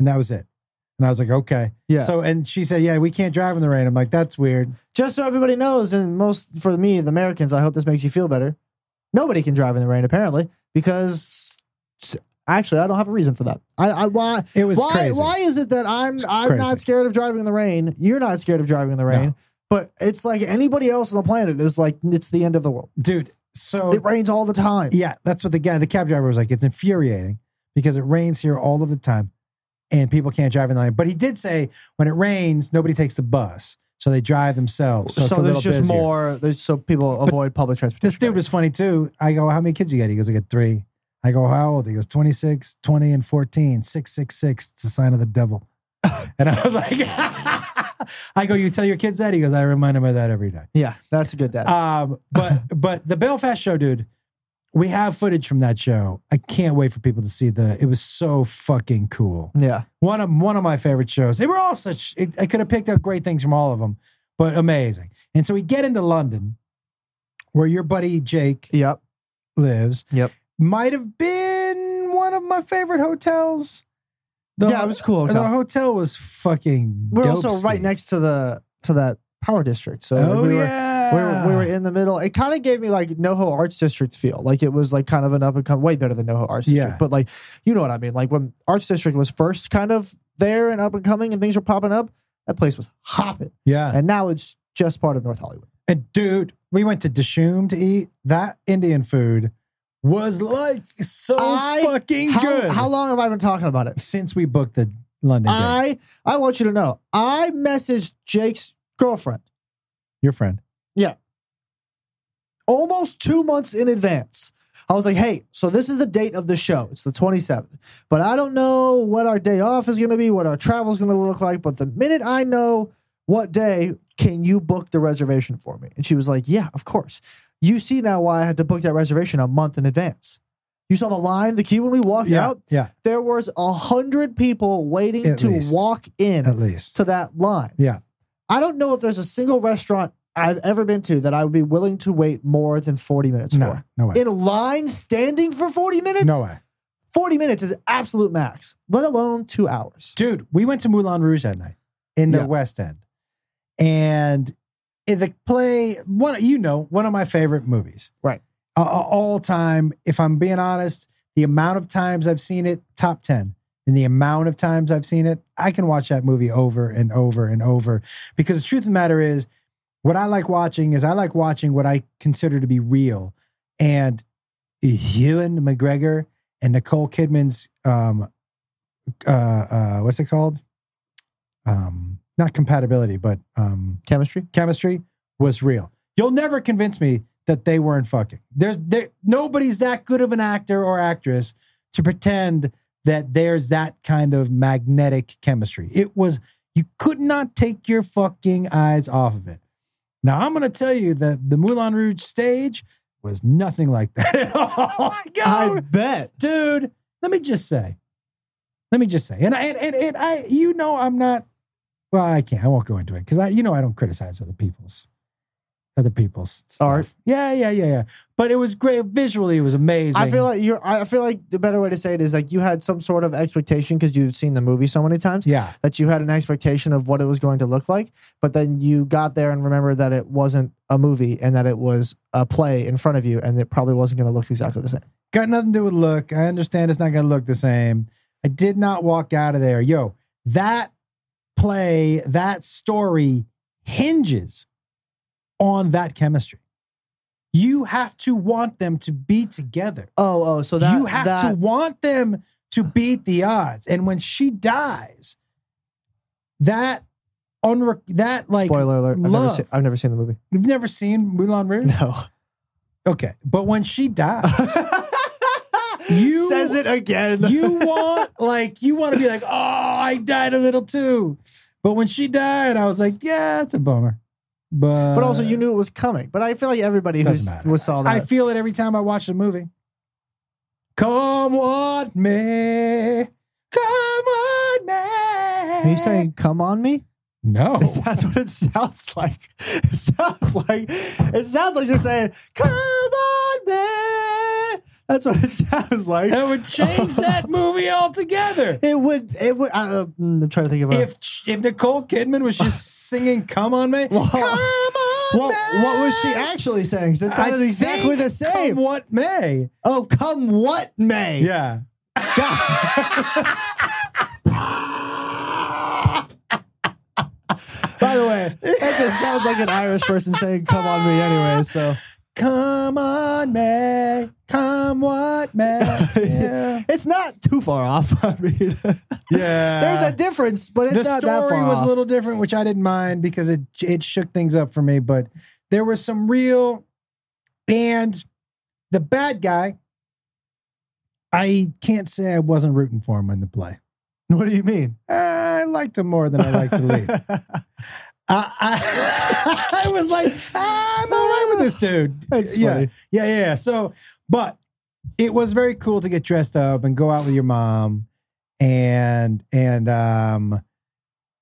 Speaker 1: and that was it and i was like okay
Speaker 2: Yeah.
Speaker 1: so and she said yeah we can't drive in the rain i'm like that's weird
Speaker 2: just so everybody knows, and most for me, the Americans, I hope this makes you feel better. Nobody can drive in the rain apparently because Actually, I don't have a reason for that. I, I why
Speaker 1: It was
Speaker 2: why
Speaker 1: crazy.
Speaker 2: why is it that I'm I'm
Speaker 1: crazy.
Speaker 2: not scared of driving in the rain? You're not scared of driving in the rain.
Speaker 1: No.
Speaker 2: But it's like anybody else on the planet is like it's the end of the world.
Speaker 1: Dude, so
Speaker 2: It rains all the time.
Speaker 1: yeah, that's what the guy, the cab driver was like. It's infuriating because it rains here all of the time and people can't drive in the lane. But he did say when it rains, nobody takes the bus. So they drive themselves. So,
Speaker 2: So,
Speaker 1: it's a
Speaker 2: there's
Speaker 1: little
Speaker 2: just
Speaker 1: busier.
Speaker 2: more. There's so people avoid public transportation.
Speaker 1: This dude was funny too. I go, how many kids you got? He goes, I got three. I go, how old? He goes, 26, 20, and 14. 666. It's a sign of the devil. And I was like, *laughs* I go, you tell your kids that? He goes, I remind them of that every day.
Speaker 2: Yeah, that's a good dad.
Speaker 1: Um, but but the Belfast show, dude, we have footage from that show. I can't wait for people to see the. It was so fucking cool.
Speaker 2: yeah,
Speaker 1: One of one of my favorite shows. They were all such. It, I could have picked out great things from all of them, but amazing. And so we get into London, where your buddy Jake
Speaker 2: yep,
Speaker 1: lives.
Speaker 2: Yep.
Speaker 1: Might have been one of my favorite hotels.
Speaker 2: yeah. It was a cool
Speaker 1: the
Speaker 2: hotel.
Speaker 1: hotel was fucking.
Speaker 2: we're also
Speaker 1: dope-ski.
Speaker 2: right next to the to that power district. So
Speaker 1: Oh
Speaker 2: we were,
Speaker 1: yeah,
Speaker 2: we were we were in the middle. It kind of gave me like NoHo Arts District feel. Like it was like kind of an up and come, way better than NoHo Arts District.
Speaker 1: Yeah.
Speaker 2: But like you know what I mean. Like when Arts District was first kind of there and up and coming, and things were popping up. That place was hopping,
Speaker 1: yeah.
Speaker 2: and now it's just part of North Hollywood.
Speaker 1: And dude, we went to Dishoom to eat. That Indian food was like so
Speaker 2: I-
Speaker 1: fucking
Speaker 2: How,
Speaker 1: good.
Speaker 2: how long have I been talking about it?
Speaker 1: since we booked the London date,
Speaker 2: I I want you to know. I messaged Jake's girlfriend
Speaker 1: your friend.
Speaker 2: almost two months in advance. I was like, hey, so this is the date of the show. It's the 27th. But I don't know what our day off is going to be, what our travel is going to look like. But the minute I know what day, can you book the reservation for me? And she was like, yeah, of course. You see now why I had to book that reservation a month in advance. You saw the line, the queue when we walked out.
Speaker 1: yeah,
Speaker 2: There was a hundred people waiting
Speaker 1: At
Speaker 2: to
Speaker 1: least.
Speaker 2: walk in.
Speaker 1: at least.
Speaker 2: to that line.
Speaker 1: Yeah.
Speaker 2: I don't know if there's a single restaurant I've ever been to that I would be willing to wait more than 40 minutes
Speaker 1: No,
Speaker 2: for.
Speaker 1: no way,
Speaker 2: In a line standing for 40 minutes?
Speaker 1: no way,
Speaker 2: 40 minutes is absolute max, let alone two hours.
Speaker 1: dude. We went to Moulin Rouge that night in the
Speaker 2: Yeah.
Speaker 1: West End, and in the play one, you know, one of my favorite movies,
Speaker 2: Right.
Speaker 1: Uh, all time. If I'm being honest, the amount of times I've seen it, top ten. and the amount of times I've seen it, I can watch that movie over and over and over. Because the truth of the matter is, what I like watching is I like watching what I consider to be real. And Ewan McGregor and Nicole Kidman's um uh uh what's it called? Um not compatibility, but um
Speaker 2: Chemistry?
Speaker 1: chemistry was real. You'll never convince me that they weren't fucking. There's there nobody's that good of an actor or actress to pretend that there's that kind of magnetic chemistry. It was you could not take your fucking eyes off of it. Now I'm gonna tell you that the Moulin Rouge stage was nothing like that at all. Oh my *laughs* God
Speaker 2: I bet.
Speaker 1: dude. Let me just say, let me just say, and I, and, and, and I, you know, I'm not. Well, I can't. I won't go into it because I, you know, I don't criticize other people's, other people's stuff.
Speaker 2: Art.
Speaker 1: Yeah, yeah, yeah, yeah. But it was great visually. It was amazing.
Speaker 2: I feel like you're I feel like the better way to say it is like you had some sort of expectation because you've seen the movie so many times
Speaker 1: yeah,
Speaker 2: that you had an expectation of what it was going to look like, but then you got there and remembered that it wasn't a movie and that it was a play in front of you and it probably wasn't going to look exactly the same.
Speaker 1: got nothing to do with look. I understand it's not going to look the same. I did not walk out of there, yo. That play, that story hinges on that chemistry. You have to want them to be together.
Speaker 2: Oh, oh, so that
Speaker 1: you have
Speaker 2: that,
Speaker 1: to want them to beat the odds. And when she dies, that unre- that like
Speaker 2: spoiler alert. I've never,
Speaker 1: love.
Speaker 2: seen, I've never seen
Speaker 1: *laughs*
Speaker 2: the movie.
Speaker 1: you've never seen Moulin
Speaker 2: *laughs*
Speaker 1: Rouge. *laughs*
Speaker 2: No,
Speaker 1: Okay, but when she dies,
Speaker 2: *laughs*
Speaker 1: You-
Speaker 2: says it *laughs* again.
Speaker 1: you want like you want to be like, oh, I died a little too. But when she died, I was like, yeah, it's a bummer. But
Speaker 2: but also you knew it was coming. But I feel like everybody who
Speaker 1: Doesn't matter.
Speaker 2: was saw that.
Speaker 1: I feel it every time I watch the movie. Come on me, come on me.
Speaker 2: are you saying "come on me"?
Speaker 1: no?
Speaker 2: That's what it sounds like. It sounds like it sounds like you're saying "come on me." That's what it sounds
Speaker 1: *laughs*
Speaker 2: like.
Speaker 1: That would change
Speaker 2: *laughs*
Speaker 1: that movie altogether.
Speaker 2: It would. It would. I, uh, mm, I'm trying to think of a-
Speaker 1: If if Nicole Kidman was
Speaker 2: *laughs*
Speaker 1: just singing "Come on Me,"
Speaker 2: Well-
Speaker 1: "Come on
Speaker 2: well,
Speaker 1: Me,"
Speaker 2: what was she actually saying? 'Cause It
Speaker 1: I
Speaker 2: sounded
Speaker 1: think
Speaker 2: exactly the
Speaker 1: "Come
Speaker 2: same.
Speaker 1: what may?
Speaker 2: *laughs* oh, come what may?
Speaker 1: Yeah,
Speaker 2: By the way, that just sounds like an Irish person saying "Come on me" anyway. So
Speaker 1: Come on, May. Come what,
Speaker 2: *laughs*
Speaker 1: May? Yeah.
Speaker 2: it's not too far off. *laughs* I mean, there's a difference, but it's
Speaker 1: Uh, the
Speaker 2: not that
Speaker 1: story
Speaker 2: far
Speaker 1: was
Speaker 2: off.
Speaker 1: a little different, which I didn't mind because it it shook things up for me. But there was some real, and the bad guy. I can't say I wasn't rooting for him in the play.
Speaker 2: what do you mean?
Speaker 1: I liked him more than I liked the
Speaker 2: *laughs*
Speaker 1: lead. I, I, *laughs* I was like, I'm all right with this dude.
Speaker 2: That's
Speaker 1: yeah.
Speaker 2: funny.
Speaker 1: yeah, yeah, yeah. So, but it was very cool to get dressed up and go out with your mom, and and um,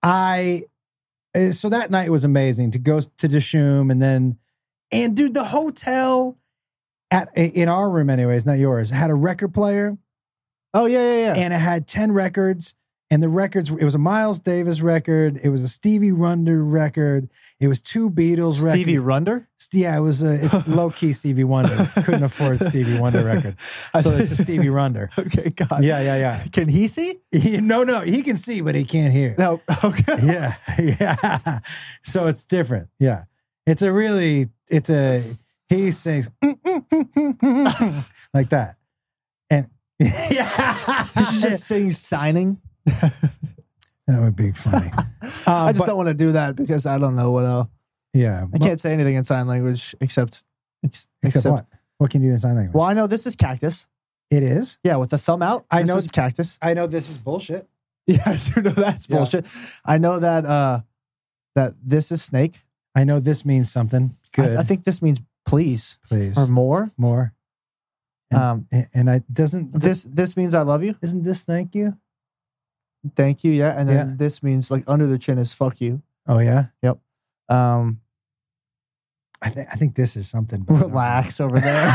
Speaker 1: I. eh, So that night was amazing to go to Dishoom and then, and dude, the hotel at in our room, anyways, not yours, had a record player
Speaker 2: Oh yeah, yeah, yeah.
Speaker 1: and it had 10 records and the records it was a miles davis record it was a stevie wonder record it was two beatles
Speaker 2: Stevie
Speaker 1: records
Speaker 2: Runder.
Speaker 1: yeah it was a,
Speaker 2: *laughs*
Speaker 1: it's low-key stevie wonder couldn't afford stevie wonder record so it's just stevie wonder
Speaker 2: *laughs* Okay, God.
Speaker 1: yeah yeah yeah
Speaker 2: Can he see?
Speaker 1: He- no no he can see but he can't
Speaker 2: *laughs*
Speaker 1: hear
Speaker 2: No. Okay.
Speaker 1: yeah *laughs* yeah so it's different yeah it's a really it's a he *laughs* sings like that and *laughs* yeah
Speaker 2: Did you just sing signing?
Speaker 1: that would be funny
Speaker 2: *laughs* I just
Speaker 1: Uh, but-
Speaker 2: don't want to do that because I don't know what else.
Speaker 1: Yeah.
Speaker 2: I can't say anything in sign language except ex-
Speaker 1: except, what? What can you do in sign language?
Speaker 2: Well, I know this is cactus.
Speaker 1: it is.
Speaker 2: Yeah, with the thumb out.
Speaker 1: I
Speaker 2: this
Speaker 1: know-
Speaker 2: is cactus.
Speaker 1: I know this is bullshit.
Speaker 2: *laughs* Yeah, I do know that's
Speaker 1: Yeah.
Speaker 2: bullshit. I know that uh that this is snake.
Speaker 1: I know this means something. Good.
Speaker 2: I, I think this means please
Speaker 1: please.
Speaker 2: or more.
Speaker 1: More. Yeah.
Speaker 2: Um
Speaker 1: And, and I doesn't this
Speaker 2: this this means I love you.
Speaker 1: isn't this thank you?
Speaker 2: Thank you. Yeah. And then
Speaker 1: Yeah.
Speaker 2: this means like under the chin is fuck you.
Speaker 1: Oh yeah. *laughs*
Speaker 2: Um
Speaker 1: I think I think this is something. but I
Speaker 2: *laughs*
Speaker 1: don't know. *laughs*
Speaker 2: relax over there.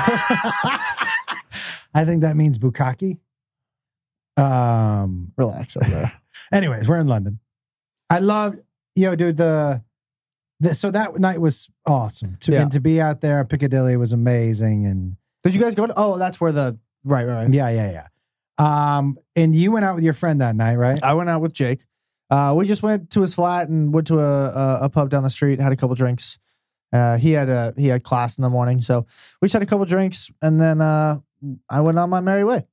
Speaker 1: I think that means bukkake. Um.
Speaker 2: relax over there.
Speaker 1: Anyways, we're in London. I love yo, dude. The, the so that night was awesome. To
Speaker 2: Yeah.
Speaker 1: and to be out there in Piccadilly was amazing and.
Speaker 2: Did you guys go to Oh, that's where the right, right, right.
Speaker 1: Yeah, yeah, yeah. Um, and you went out with your friend that night, right?
Speaker 2: I went out with Jake. Uh, we just went to his flat and went to a, a, a pub down the street. Had a couple drinks. Uh, he had a he had class in the morning, so we just had a couple drinks, and then uh, I went on my merry way.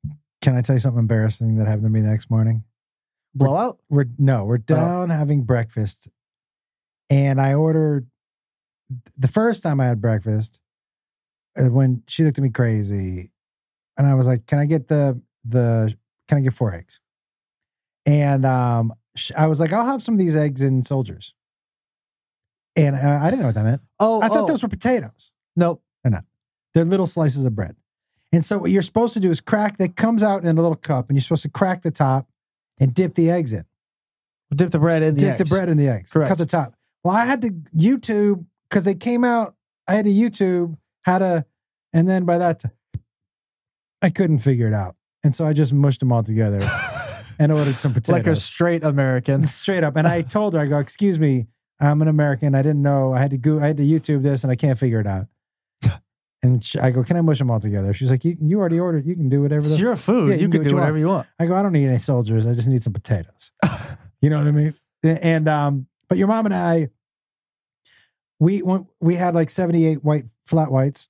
Speaker 1: Can I tell you something embarrassing that happened to me the next morning?
Speaker 2: Blowout.
Speaker 1: We're no,
Speaker 2: Uh-huh.
Speaker 1: we're down having breakfast, and I ordered the first time I had breakfast uh, when she looked at me crazy, and I was like, "Can I get the the Can I get four eggs?" And um, sh- I was like, "I'll have some of these eggs in soldiers," and uh, I didn't know what that meant.
Speaker 2: Oh,
Speaker 1: I thought
Speaker 2: oh.
Speaker 1: those were potatoes.
Speaker 2: nope.
Speaker 1: They're little slices of bread. And so what you're supposed to do is crack that comes out in a little cup, and you're supposed to crack the top and dip the eggs in.
Speaker 2: Dip the bread in the
Speaker 1: dip the
Speaker 2: eggs.
Speaker 1: bread in the eggs.
Speaker 2: Correct.
Speaker 1: Cut the top. Well, I had to YouTube because they came out. I had to YouTube how to, and then by that, t- I couldn't figure it out, and so I just mushed them all
Speaker 2: *laughs*
Speaker 1: together and ordered some
Speaker 2: *laughs* like a
Speaker 1: potatoes
Speaker 2: straight
Speaker 1: *laughs*
Speaker 2: American.
Speaker 1: straight up. And
Speaker 2: *laughs*
Speaker 1: I told her, I go, "Excuse me, I'm an American. I didn't know. I had to go. I had to YouTube this, and I can't figure it out."
Speaker 2: *laughs*
Speaker 1: And she, I go, "Can I mush them all together?" She's like, "You, you already ordered. You can do whatever."
Speaker 2: It's
Speaker 1: The
Speaker 2: your food.
Speaker 1: Yeah,
Speaker 2: you, can do,
Speaker 1: what you
Speaker 2: whatever you want.
Speaker 1: I go, I don't need any soldiers. I just need some
Speaker 2: *laughs*
Speaker 1: potatoes. you know what I mean? And um, but your mom and I, we went, we had like seventy eight white flat whites,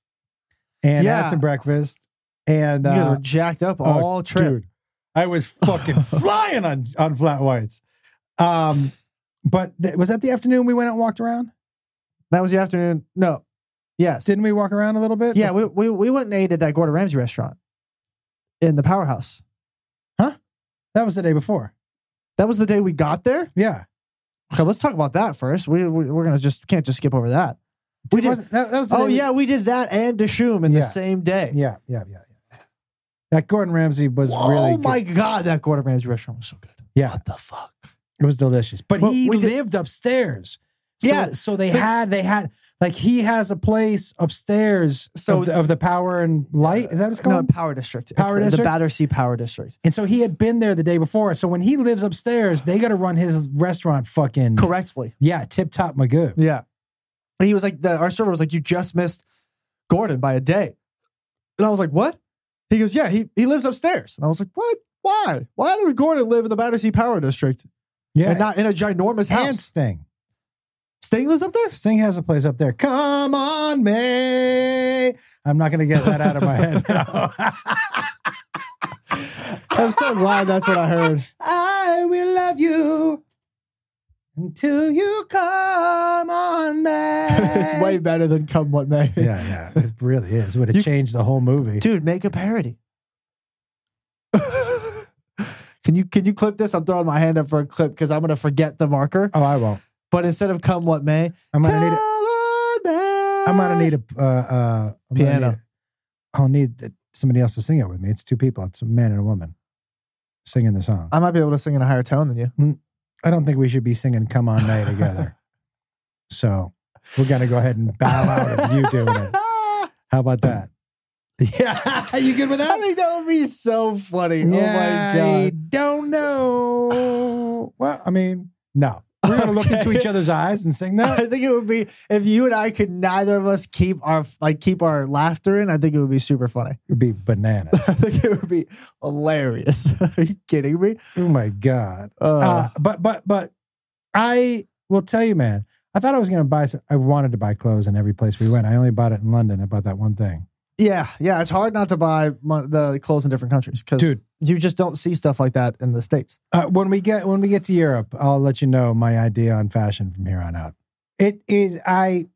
Speaker 1: and
Speaker 2: Yeah.
Speaker 1: had some breakfast. And
Speaker 2: you guys
Speaker 1: uh,
Speaker 2: were jacked up
Speaker 1: oh,
Speaker 2: all trip.
Speaker 1: dude, I was
Speaker 2: *laughs*
Speaker 1: fucking flying on on flat whites. Um, but th- was that the afternoon we went out and walked around?
Speaker 2: That was the afternoon. No. Yes.
Speaker 1: Didn't we walk around a little bit?
Speaker 2: Yeah, we, we we went and ate at that Gordon Ramsay restaurant in the powerhouse.
Speaker 1: that was the day before.
Speaker 2: That was the day we got there.
Speaker 1: Yeah,
Speaker 2: Okay, let's talk about that first. We, we we're gonna just can't just skip over that. We
Speaker 1: It
Speaker 2: did.
Speaker 1: wasn't- that, that was the
Speaker 2: Oh
Speaker 1: day we-
Speaker 2: yeah, we did that and Dishoom in the
Speaker 1: Yeah.
Speaker 2: same day.
Speaker 1: yeah, yeah, yeah, yeah. That Gordon Ramsay was
Speaker 2: oh
Speaker 1: really good.
Speaker 2: my god, that Gordon Ramsay restaurant was so good.
Speaker 1: Yeah.
Speaker 2: What the fuck?
Speaker 1: It was delicious. But
Speaker 2: Well,
Speaker 1: he
Speaker 2: we did-
Speaker 1: lived upstairs. So,
Speaker 2: Yeah.
Speaker 1: So they
Speaker 2: So-
Speaker 1: had they had like he has a place upstairs
Speaker 2: So-
Speaker 1: of, the, of the power and light. Is that what it's
Speaker 2: No,
Speaker 1: called?
Speaker 2: Power District. It's
Speaker 1: Power
Speaker 2: the, The
Speaker 1: District?
Speaker 2: Battersea Power District.
Speaker 1: and so he had been there the day before. So when he lives upstairs, they got to run his restaurant fucking
Speaker 2: Correctly.
Speaker 1: yeah tip top magoo.
Speaker 2: Yeah. And he was like, the, our server was like, you just missed Gordon by a day. And I was like, what? He goes, yeah, he, he lives upstairs. And I was like, what? Why? Why does Gordon live in the Battersea Power District
Speaker 1: Yeah.
Speaker 2: and not in a ginormous
Speaker 1: and
Speaker 2: house?
Speaker 1: Sting.
Speaker 2: Sting lives up there?
Speaker 1: Sting has a place up there. Come on, May. I'm not going to get that out of my
Speaker 2: *laughs*
Speaker 1: head now.
Speaker 2: I'm so glad that's what I *laughs* heard.
Speaker 1: I will love you until you come on, May.
Speaker 2: *laughs* it's way better than Come What May.
Speaker 1: Yeah, yeah. It really is. Would have
Speaker 2: You-
Speaker 1: changed the whole movie.
Speaker 2: Dude, make a *laughs* parody. can you can you clip this? I'm throwing my hand up for a clip because I'm gonna forget the marker.
Speaker 1: Oh, I won't.
Speaker 2: But instead of Come What May,
Speaker 1: I'm going to need it.
Speaker 2: I'm
Speaker 1: I'm gonna need a uh, uh, I'm gonna
Speaker 2: Piano.
Speaker 1: need a- I'll need somebody else to sing it with me. It's two people. It's a man and a woman singing the song.
Speaker 2: I might be able to sing in a higher tone than you.
Speaker 1: I don't think we should be singing "Come On May"
Speaker 2: *laughs*
Speaker 1: together. so we're gonna go ahead and bow out of you doing it. How about that? Yeah, you good with
Speaker 2: *laughs* I
Speaker 1: that?
Speaker 2: think that would be so funny.
Speaker 1: Yeah,
Speaker 2: oh my
Speaker 1: I
Speaker 2: god.
Speaker 1: don't know. Well, I mean, no. We're gonna look into
Speaker 2: Okay.
Speaker 1: each other's eyes and sing that.
Speaker 2: I think it would be if you and I could neither of us keep our like keep our laughter in, I think it would be super funny. *laughs*
Speaker 1: It'd be bananas.
Speaker 2: I think it would be hilarious. *laughs* Are you kidding me?
Speaker 1: oh my god.
Speaker 2: Uh,
Speaker 1: uh, but but but I will tell you, man. I thought I was going to buy. Some, I wanted to buy clothes in every place we went. I only bought it in London. I bought that one thing,
Speaker 2: yeah, yeah. It's hard not to buy mon- the clothes in different countries because
Speaker 1: dude.
Speaker 2: you just don't see stuff like that in the states.
Speaker 1: Uh, when we get when we get to Europe, I'll let you know my idea on fashion from here on out. It is I,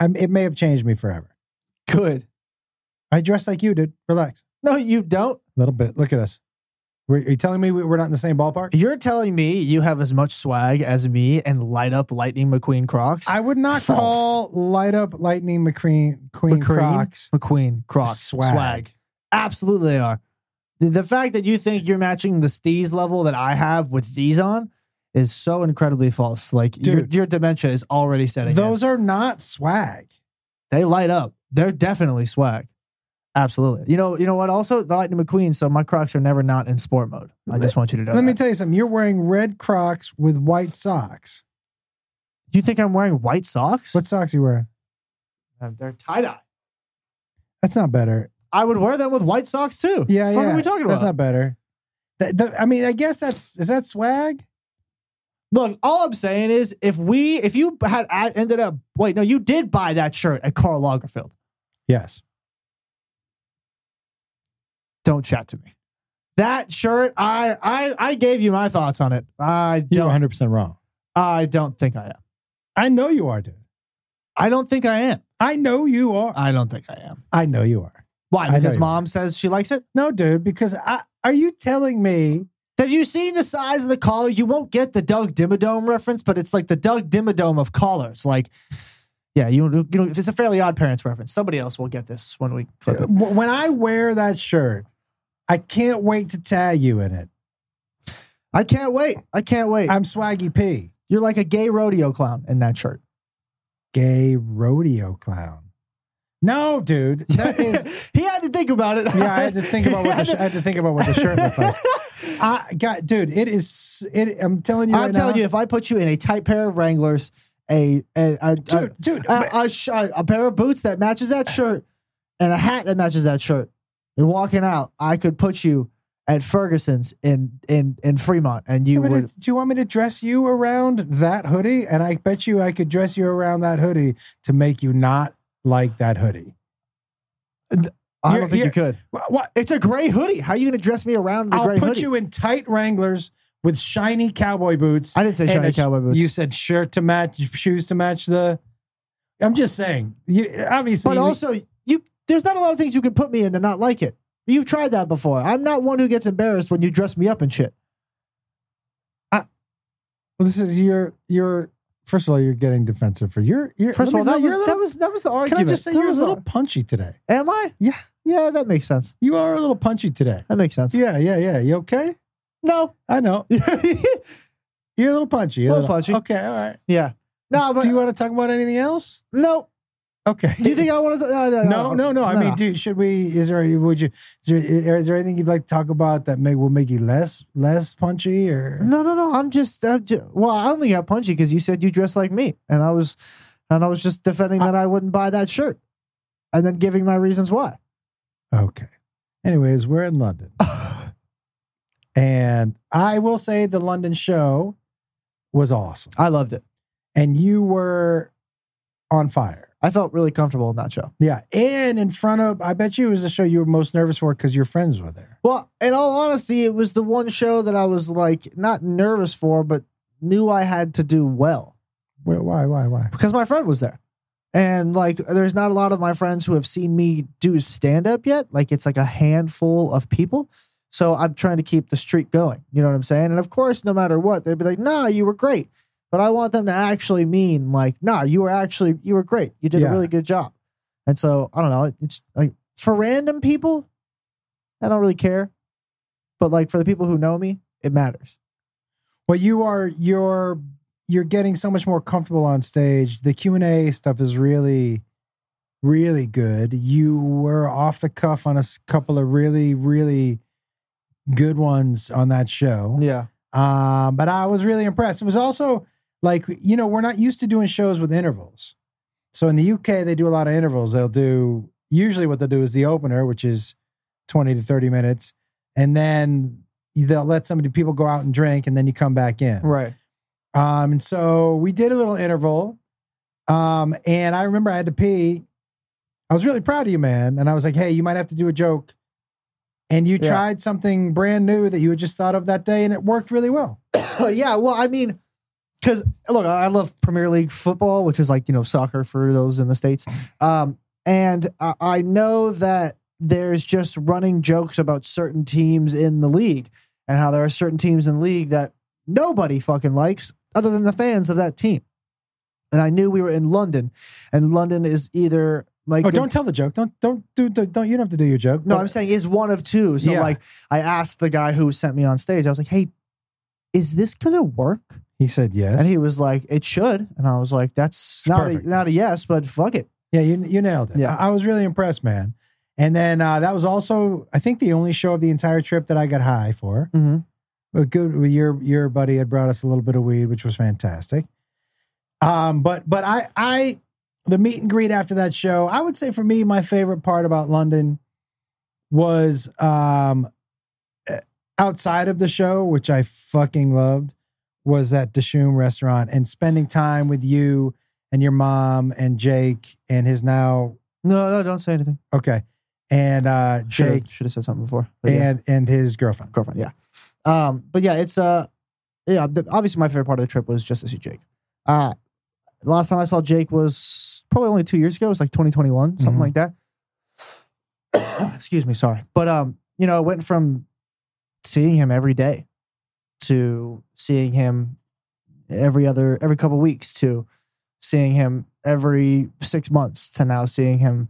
Speaker 1: I'm. It may have changed me forever.
Speaker 2: Good.
Speaker 1: I dress like you, dude. Relax
Speaker 2: No, you don't.
Speaker 1: a little bit. Look at us. Were- Are you telling me we- we're not in the same ballpark?
Speaker 2: You're telling me you have as much swag as me and light up Lightning McQueen Crocs.
Speaker 1: I would not
Speaker 2: False.
Speaker 1: call light up lightning McQueen Queen
Speaker 2: McCreen?
Speaker 1: Crocs.
Speaker 2: McQueen Crocs
Speaker 1: Swag.
Speaker 2: swag. Absolutely, they are. The, the fact that you think you're matching the steez level that I have with these on is so incredibly false. Like your,
Speaker 1: Dude.
Speaker 2: your dementia is already setting. in.
Speaker 1: Those are not swag.
Speaker 2: they light up. They're definitely swag. Absolutely. You know. You know what? Also, the Lightning McQueen. So my Crocs are never not in sport mode. I just want you to know.
Speaker 1: Let me
Speaker 2: that.
Speaker 1: tell you something. You're wearing red Crocs with white socks.
Speaker 2: you think I'm wearing white socks?
Speaker 1: What socks you wearing?
Speaker 2: Uh, They're tie dye.
Speaker 1: That's not better.
Speaker 2: I would wear them with white socks too.
Speaker 1: Yeah,
Speaker 2: What
Speaker 1: yeah.
Speaker 2: are we talking
Speaker 1: That's
Speaker 2: about?
Speaker 1: not better. That- that- I mean, I guess that's is that swag?
Speaker 2: Look, all I'm saying is if we, if you had I ended up, wait, no, you did buy that shirt at Karl Lagerfeld.
Speaker 1: Yes.
Speaker 2: Don't chat to me. That shirt, I, I, I gave you my thoughts on it. I
Speaker 1: You're
Speaker 2: don't,
Speaker 1: 100 percent wrong.
Speaker 2: I don't think I am.
Speaker 1: I know you are, dude.
Speaker 2: I don't think I am.
Speaker 1: I know you are.
Speaker 2: I don't think I am.
Speaker 1: I know you are. I
Speaker 2: Why?
Speaker 1: know
Speaker 2: Because
Speaker 1: you
Speaker 2: mom says she likes it.
Speaker 1: No, dude, because I are you telling me
Speaker 2: Have you seen the size of the collar? You won't get the Doug Dimmadome reference, but it's like the Doug Dimmadome of collars. Like, yeah, you, you know, it's a fairly odd parents reference. Somebody else will get this when we clip it.
Speaker 1: w- when I wear that shirt, I can't wait to tag you in it.
Speaker 2: I can't wait. I can't wait.
Speaker 1: I'm Swaggy P,
Speaker 2: You're like a gay rodeo clown in that shirt.
Speaker 1: gay rodeo clown. No, dude,
Speaker 2: *laughs*
Speaker 1: that is
Speaker 2: he had to think about it.
Speaker 1: yeah, I
Speaker 2: *laughs*
Speaker 1: had to think about what the sh- I had to think about what the shirt looked like. I got, dude. It is. It. I'm telling you.
Speaker 2: I'm
Speaker 1: right
Speaker 2: telling
Speaker 1: now-
Speaker 2: you, if I put you in a tight pair of Wranglers, a a a,
Speaker 1: dude. dude.
Speaker 2: a, a, a, sh- a pair of boots that matches that shirt, and a hat that matches that shirt, and walking out, I could put you at Ferguson's in in in Fremont, and you
Speaker 1: but
Speaker 2: would.
Speaker 1: it's- do you want me to dress you around that hoodie? And I bet you I could dress you around that hoodie to make you not like that hoodie.
Speaker 2: I
Speaker 1: you're-
Speaker 2: don't think you could.
Speaker 1: Wha- What?
Speaker 2: It's a gray hoodie. How are you going to dress me around the
Speaker 1: I'll
Speaker 2: gray
Speaker 1: put
Speaker 2: hoodie?
Speaker 1: you in tight Wranglers with shiny cowboy boots.
Speaker 2: I didn't say
Speaker 1: and
Speaker 2: shiny
Speaker 1: a sh-
Speaker 2: cowboy boots.
Speaker 1: You said shirt to match, shoes to match the. I'm just saying. You, obviously,
Speaker 2: But
Speaker 1: you-
Speaker 2: also, you there's not a lot of things you can put me in to not like it. You've tried that before. I'm not one who gets embarrassed when you dress me up and shit.
Speaker 1: well, this is your your. First of all, you're getting defensive for your. your
Speaker 2: First of all,
Speaker 1: let
Speaker 2: that
Speaker 1: me-
Speaker 2: was,
Speaker 1: you're a
Speaker 2: that
Speaker 1: little-
Speaker 2: was that was the
Speaker 1: Can
Speaker 2: argument.
Speaker 1: I just say
Speaker 2: That
Speaker 1: you're a
Speaker 2: was the
Speaker 1: little
Speaker 2: ar-
Speaker 1: punchy today?
Speaker 2: Am I?
Speaker 1: Yeah.
Speaker 2: yeah. That makes sense.
Speaker 1: You are a little punchy today.
Speaker 2: That makes sense.
Speaker 1: Yeah, yeah, yeah. You okay?
Speaker 2: No. *laughs*
Speaker 1: I know. You're a little punchy.
Speaker 2: Little punchy.
Speaker 1: Okay, all right.
Speaker 2: yeah. No, but uh,
Speaker 1: do you want to talk about anything else?
Speaker 2: no.
Speaker 1: Okay.
Speaker 2: Do you think I want to? No, Oh, no,
Speaker 1: no, no, no. I mean, do, should we? Is there? Would you? Is there, is there anything you'd like to talk about that may will make you less less punchy? Or
Speaker 2: no, no, no. I'm just, I'm ju- well. I only got punchy because you said you dress like me, and I was, and I was just defending that I wouldn't buy that shirt, and then giving my reasons why.
Speaker 1: okay. Anyways, we're in London. And I will say the London show was awesome.
Speaker 2: *laughs* I loved it.
Speaker 1: And you were on fire.
Speaker 2: I felt really comfortable in that show.
Speaker 1: Yeah. And in front of, I bet you it was the show you were most nervous for because your friends were there.
Speaker 2: Well, in all honesty, it was the one show that I was like not nervous for, but knew I had to do well
Speaker 1: Why, why, why? why?
Speaker 2: because my friend was there. And like, there's not a lot of my friends who have seen me do stand up yet. Like, it's like a handful of people. So I'm trying to keep the streak going. You know what I'm saying? And of course, no matter what, they'd be like, nah, you were great. But I want them to actually mean, like, nah, you were actually, you were great. You did
Speaker 1: Yeah.
Speaker 2: a really good job. And so I don't know. it- It's like for random people, I don't really care. But like for the people who know me, it matters.
Speaker 1: Well, you are you're you're getting so much more comfortable on stage. The Q and A stuff is really, really good. You were off the cuff on a s- couple of really, really good ones on that show.
Speaker 2: Yeah.
Speaker 1: Um, but I was really impressed. It was also like, you know, we're not used to doing shows with intervals. So in the UK, they do a lot of intervals. They'll do usually what they'll do is the opener, which is 20 to 30 minutes, and then they'll let somebody people go out and drink, and then you come back in.
Speaker 2: Right.
Speaker 1: Um, and so we did a little interval. Um, and I remember I had to pee. I was really proud of you, man. And I was like, hey, you might have to do a joke. And you
Speaker 2: Yeah.
Speaker 1: tried something brand new that you had just thought of that day, and it worked really well.
Speaker 2: yeah. Well, I mean, because look, I love Premier League football, which is like, you know, soccer for those in the States. Um, and I, I know that there's just running jokes about certain teams in the league and how there are certain teams in the league that nobody fucking likes other than the fans of that team. And I knew we were in London, and London is either like
Speaker 1: Oh,
Speaker 2: the-
Speaker 1: don't tell the joke. Don't don't do don't, don't you don't have to do your joke.
Speaker 2: no,
Speaker 1: But-
Speaker 2: I'm saying is one of two. So
Speaker 1: Yeah.
Speaker 2: like I asked the guy who sent me on stage, I was like, hey, is this gonna work?
Speaker 1: he said yes.
Speaker 2: And he was like, "It should," and I was like, "That's
Speaker 1: It's
Speaker 2: not a,
Speaker 1: perfect.
Speaker 2: not a yes, but fuck it."
Speaker 1: yeah, you you nailed it.
Speaker 2: Yeah.
Speaker 1: I, I was really impressed, man. And then uh, that was also, I think, the only show of the entire trip that I got high for.
Speaker 2: Mm-hmm.
Speaker 1: Well, good. well, Your your buddy had brought us a little bit of weed, which was fantastic. Um, but but I I the meet and greet after that show, I would say for me, my favorite part about London was um eh, outside of the show, which I fucking loved, was that Dishoom restaurant and spending time with you and your mom and Jake and his now
Speaker 2: No, no, don't say anything.
Speaker 1: okay and uh Jake
Speaker 2: Should should have said something before. But yeah,
Speaker 1: and and his girlfriend.
Speaker 2: girlfriend. Yeah, um, but yeah, it's uh, yeah. The, obviously, my favorite part of the trip was just to see Jake. Uh, last time I saw Jake was probably only two years ago. It was like 2021, something
Speaker 1: Mhm.
Speaker 2: like that. *coughs* Excuse me, sorry, but um, you know, it went from seeing him every day to seeing him every other every couple weeks to seeing him every six months to now seeing him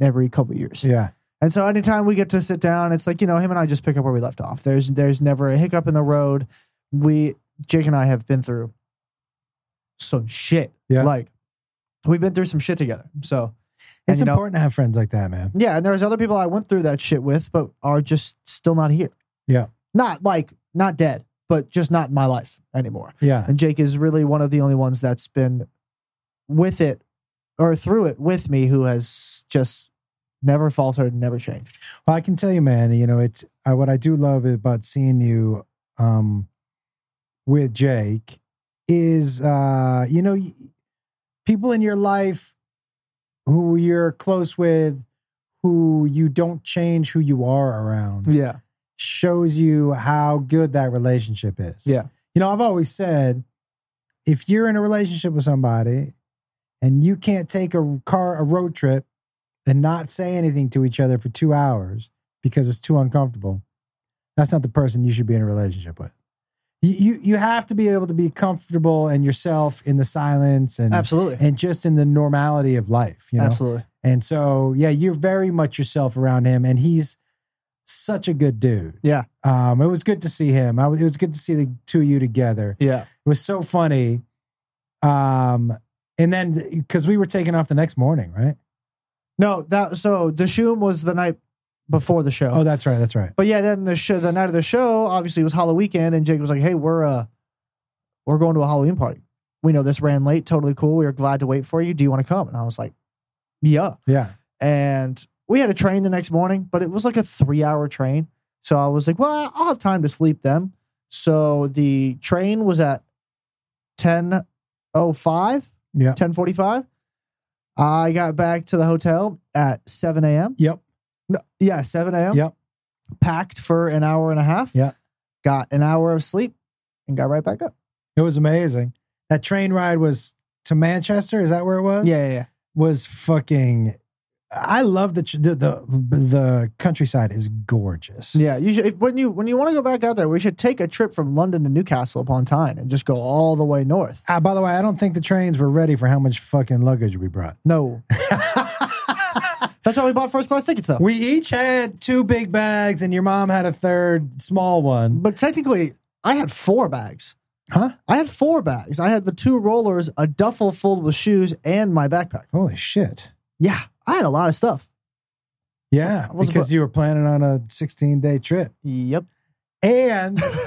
Speaker 2: every couple years.
Speaker 1: Yeah.
Speaker 2: And so anytime we get to sit down, it's like, you know, him and I just pick up where we left off. There's there's never a hiccup in the road. We Jake and I have been through some shit.
Speaker 1: Yeah.
Speaker 2: Like we've been through some shit together. So and,
Speaker 1: It's
Speaker 2: you know-
Speaker 1: important to have friends like that, man.
Speaker 2: yeah, and there's other people I went through that shit with, but are just still not here.
Speaker 1: Yeah.
Speaker 2: Not like not dead, but just not in my life anymore.
Speaker 1: Yeah.
Speaker 2: And Jake is really one of the only ones that's been with it or through it with me who has just never faltered, never changed.
Speaker 1: Well, I can tell you, man. You know, it's I, what I do love about seeing you um, with Jake is, uh, you know, y- people in your life who you're close with, who you don't change who you are around,
Speaker 2: Yeah.
Speaker 1: shows you how good that relationship is.
Speaker 2: Yeah.
Speaker 1: You know, I've always said if you're in a relationship with somebody and you can't take a car, a road trip, and not say anything to each other for two hours because it's too uncomfortable, that's not the person you should be in a relationship with. You, you, you have to be able to be comfortable and yourself in the silence and
Speaker 2: Absolutely.
Speaker 1: and just in the normality of life, you know.
Speaker 2: Absolutely.
Speaker 1: And so, yeah, you're very much yourself around him, and he's such a good dude.
Speaker 2: Yeah.
Speaker 1: um, it was good to see him. I, was- it was good to see the two of you together.
Speaker 2: Yeah.
Speaker 1: It was so funny. Um, and then because we were taking off the next morning, right?
Speaker 2: No, that so the shoom was the night before the show.
Speaker 1: Oh, that's right, that's right.
Speaker 2: But yeah, then the show the night of the show, obviously it was Halloween weekend, and Jake was like, Hey, we're uh we're going to a Halloween party. We know this ran late, totally cool. We were glad to wait for you. Do you want to come? And I was like, Yeah.
Speaker 1: Yeah,
Speaker 2: And we had a train the next morning, but it was like a three hour train. So I was like, well, I'll have time to sleep then. So the train was at 10.05,
Speaker 1: Yeah.
Speaker 2: 10.45. I got back to the hotel at 7 a.m.
Speaker 1: Yep.
Speaker 2: No, yeah, 7 a.m.
Speaker 1: Yep.
Speaker 2: Packed for an hour and a half.
Speaker 1: Yeah.
Speaker 2: Got an hour of sleep and got right back up.
Speaker 1: It was amazing. That train ride was to Manchester. Is that where it was?
Speaker 2: Yeah, yeah, yeah.
Speaker 1: Was fucking. I love the tr- the the, the countryside is gorgeous.
Speaker 2: Yeah, you should if, when you when you want to go back out there, we should take a trip from London to Newcastle upon Tyne and just go all the way north.
Speaker 1: Ah, by the way, I don't think the trains were ready for how much fucking luggage we
Speaker 2: *laughs*
Speaker 1: brought.
Speaker 2: No, that's how we bought first class tickets though.
Speaker 1: we each had two big bags, and your mom had a third small one.
Speaker 2: But technically, I had four bags.
Speaker 1: Huh?
Speaker 2: I had four bags. I had the two rollers, a duffel filled with shoes, and my backpack.
Speaker 1: Holy shit!
Speaker 2: Yeah, I had a lot of stuff.
Speaker 1: Yeah,
Speaker 2: I wasn't-
Speaker 1: because you were planning on a 16 day trip,
Speaker 2: Yep. *laughs*
Speaker 1: and uh,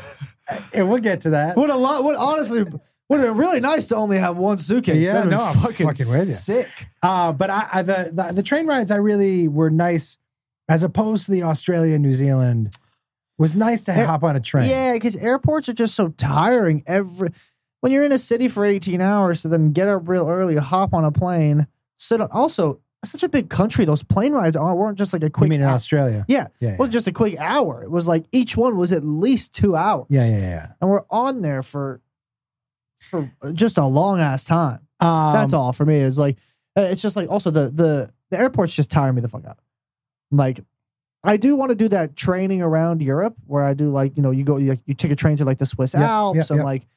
Speaker 1: and we'll get to that.
Speaker 2: What a lot. What honestly would have been really nice to only have one suitcase.
Speaker 1: Yeah,
Speaker 2: That'd
Speaker 1: no,
Speaker 2: been
Speaker 1: I'm fucking with you.
Speaker 2: Sick.
Speaker 1: Uh, but I, I the, the the train rides I really were nice, as opposed to the Australia New Zealand. It was nice to
Speaker 2: They're-
Speaker 1: hop on a train.
Speaker 2: Yeah, because airports are just so tiring. Every when you're in a city for 18 hours, to then get up real early, hop on a plane, sit. On, also, such a big country. Those plane rides aren't weren't just like a
Speaker 1: you
Speaker 2: quick.
Speaker 1: mean in
Speaker 2: hour.
Speaker 1: Australia?
Speaker 2: Yeah.
Speaker 1: yeah,
Speaker 2: wasn't just a quick hour. It was like each one was at least two hours.
Speaker 1: yeah, yeah, yeah.
Speaker 2: And we're on there for for just a long ass time.
Speaker 1: yeah. Um,
Speaker 2: That's all for me. It's like uh, it's just like also the the the airports just tire me the fuck out. Like I do want to do that training around Europe where I do like you know you go you, you take a train to like the Swiss
Speaker 1: Yeah, yeah,
Speaker 2: Alps and
Speaker 1: yeah.
Speaker 2: like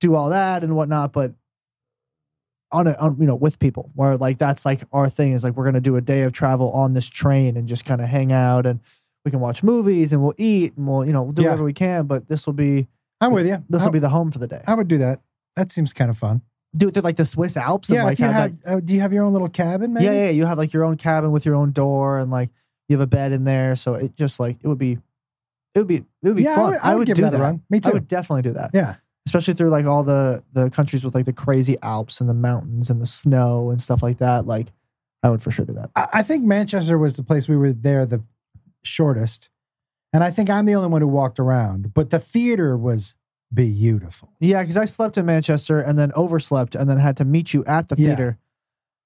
Speaker 2: do all that and whatnot, but on a on, you know with people where like that's like our thing is like we're gonna do a day of travel on this train and just kind of hang out and we can watch movies and we'll eat and we'll you know we'll do
Speaker 1: Yeah.
Speaker 2: whatever we can, but this will be
Speaker 1: I'm with you.
Speaker 2: this
Speaker 1: I,
Speaker 2: will be the home for the day.
Speaker 1: I would do that. That seems kind of fun.
Speaker 2: do it through like the Swiss Alps and
Speaker 1: yeah,
Speaker 2: like
Speaker 1: if you
Speaker 2: have that
Speaker 1: have, uh, do you have your own little cabin? Maybe.
Speaker 2: Yeah, yeah. You have like your own cabin with your own door, and like you have a bed in there. So it just like it would be, it would be, it would be
Speaker 1: Yeah,
Speaker 2: fun.
Speaker 1: I would, I would give
Speaker 2: do
Speaker 1: that, a run. Me
Speaker 2: I
Speaker 1: too.
Speaker 2: would definitely do that.
Speaker 1: Yeah.
Speaker 2: especially through like all the the countries with like the crazy Alps and the mountains and the snow and stuff like that. Like I would for sure do that.
Speaker 1: I, I think Manchester was the place we were there the shortest, and I think I'm the only one who walked around. But the theater was beautiful.
Speaker 2: Yeah, because I slept in Manchester and then overslept and then had to meet you at the
Speaker 1: Yeah.
Speaker 2: theater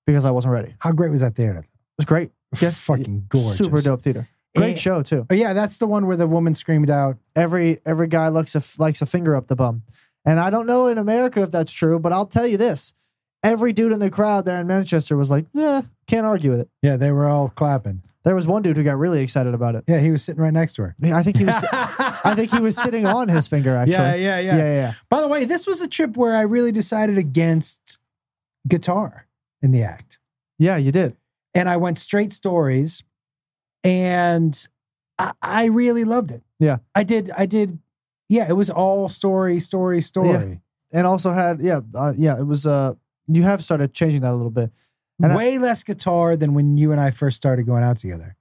Speaker 2: because I wasn't ready. It
Speaker 1: How great was that theater?
Speaker 2: was great, Yeah.
Speaker 1: Fucking gorgeous.
Speaker 2: super dope theater. Great
Speaker 1: And-
Speaker 2: show too.
Speaker 1: Oh, yeah, that's the one where the woman screamed out.
Speaker 2: every every guy looks a, likes a finger up the bum. And I don't know in America if that's true, but I'll tell you this: every dude in the crowd there in Manchester was like, "Yeah, can't argue with it."
Speaker 1: Yeah, they were all clapping.
Speaker 2: There was one dude who got really excited about it.
Speaker 1: Yeah, he was sitting right next to her.
Speaker 2: I think he was.
Speaker 1: *laughs*
Speaker 2: I
Speaker 1: I
Speaker 2: think he was sitting on his finger actually.
Speaker 1: Yeah, yeah, yeah,
Speaker 2: yeah, yeah.
Speaker 1: By the way, this was a trip where I really decided against guitar in the act.
Speaker 2: Yeah, you did.
Speaker 1: And I went straight stories and I, I really loved it.
Speaker 2: Yeah.
Speaker 1: I did. I did. Yeah, it was all story, story, story.
Speaker 2: And also had yeah, uh, yeah. It was. uh You have started changing that a little bit. And I-
Speaker 1: Way less guitar than when you and I first started going out together.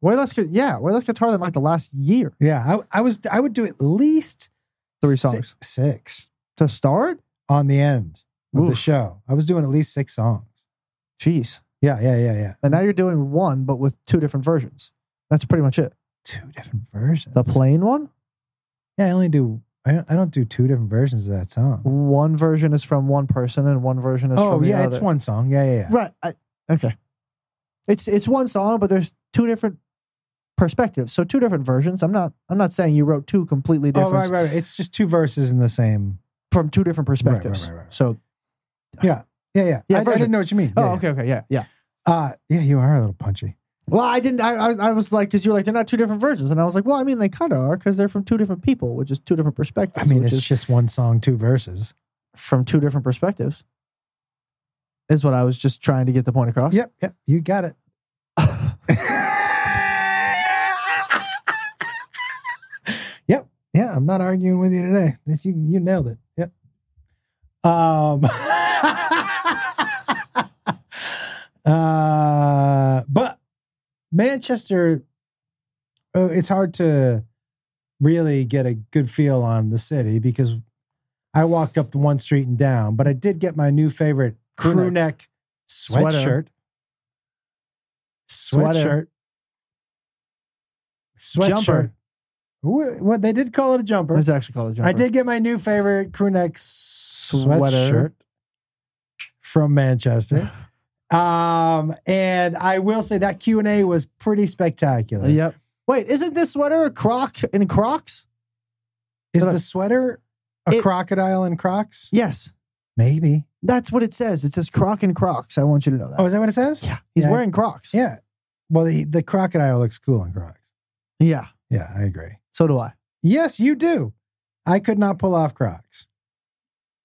Speaker 2: Way less. gu- Yeah, way less guitar than like the last year
Speaker 1: Yeah, I, I was. I would do at least
Speaker 2: Three
Speaker 1: si-
Speaker 2: songs.
Speaker 1: six
Speaker 2: to start.
Speaker 1: on the end of the
Speaker 2: Oof.
Speaker 1: show. I was doing at least six songs.
Speaker 2: Jeez.
Speaker 1: Yeah, yeah, yeah, yeah.
Speaker 2: And now you're doing one, but with two different versions. That's pretty much it.
Speaker 1: Two different versions.
Speaker 2: The plain one.
Speaker 1: Yeah, I only do. I don't, I don't do two different versions of that song.
Speaker 2: one version is from one person and one version is
Speaker 1: Oh
Speaker 2: from the
Speaker 1: yeah,
Speaker 2: other.
Speaker 1: it's one song. Yeah, yeah, yeah.
Speaker 2: Right. I, okay. It's it's one song, but there's two different perspectives. So two different versions. I'm not I'm not saying you wrote two completely
Speaker 1: Oh right,
Speaker 2: different
Speaker 1: right, right. It's just two verses in the same.
Speaker 2: from two different
Speaker 1: right,
Speaker 2: perspectives.
Speaker 1: right, right.
Speaker 2: So
Speaker 1: Yeah, yeah.
Speaker 2: Yeah,
Speaker 1: I, I
Speaker 2: version.
Speaker 1: didn't know what you mean.
Speaker 2: oh
Speaker 1: Yeah,
Speaker 2: okay okay yeah yeah.
Speaker 1: Yeah. Uh, yeah, you are a little punchy.
Speaker 2: Well, I didn't. I I, I was like because you were like they're not two different versions, and I was like, well, I mean they kind of are because they're from two different people, which is two different
Speaker 1: I
Speaker 2: perspectives.
Speaker 1: mean,
Speaker 2: which
Speaker 1: it's
Speaker 2: is
Speaker 1: just one song, two verses.
Speaker 2: from two different perspectives. Is what I was just trying to get the point across.
Speaker 1: Yep, yep. You got
Speaker 2: *laughs*
Speaker 1: it. yep. Yeah, I'm not arguing with you today. This- You you nailed it. Yep. Um. *laughs* uh, but Manchester, uh, it's hard to really get a good feel on the city because I walked up one street and down, but I did get my new favorite
Speaker 2: Crew
Speaker 1: crew neck
Speaker 2: Sweater.
Speaker 1: sweatshirt. Sweatshirt.
Speaker 2: Sweater.
Speaker 1: Sweatshirt.
Speaker 2: Jumper.
Speaker 1: Wh- What they did call it a jumper.
Speaker 2: It's actually called a jumper.
Speaker 1: I did get my new favorite crew neck
Speaker 2: Sweater.
Speaker 1: sweatshirt from
Speaker 2: *laughs*
Speaker 1: Manchester. Um, and I will say that Q and A was pretty spectacular.
Speaker 2: Yep. Wait, isn't this sweater a croc in Crocs?
Speaker 1: Is the sweater a
Speaker 2: It-
Speaker 1: crocodile in Crocs?
Speaker 2: Yes,
Speaker 1: Maybe.
Speaker 2: that's what it says. It says croc in Crocs. I want you to know that.
Speaker 1: Oh, is that what it says?
Speaker 2: yeah, he's
Speaker 1: yeah.
Speaker 2: wearing Crocs.
Speaker 1: Yeah. Well, the, the crocodile looks cool in Crocs.
Speaker 2: yeah.
Speaker 1: Yeah, I agree.
Speaker 2: So do I.
Speaker 1: Yes, you do. I could not pull off Crocs.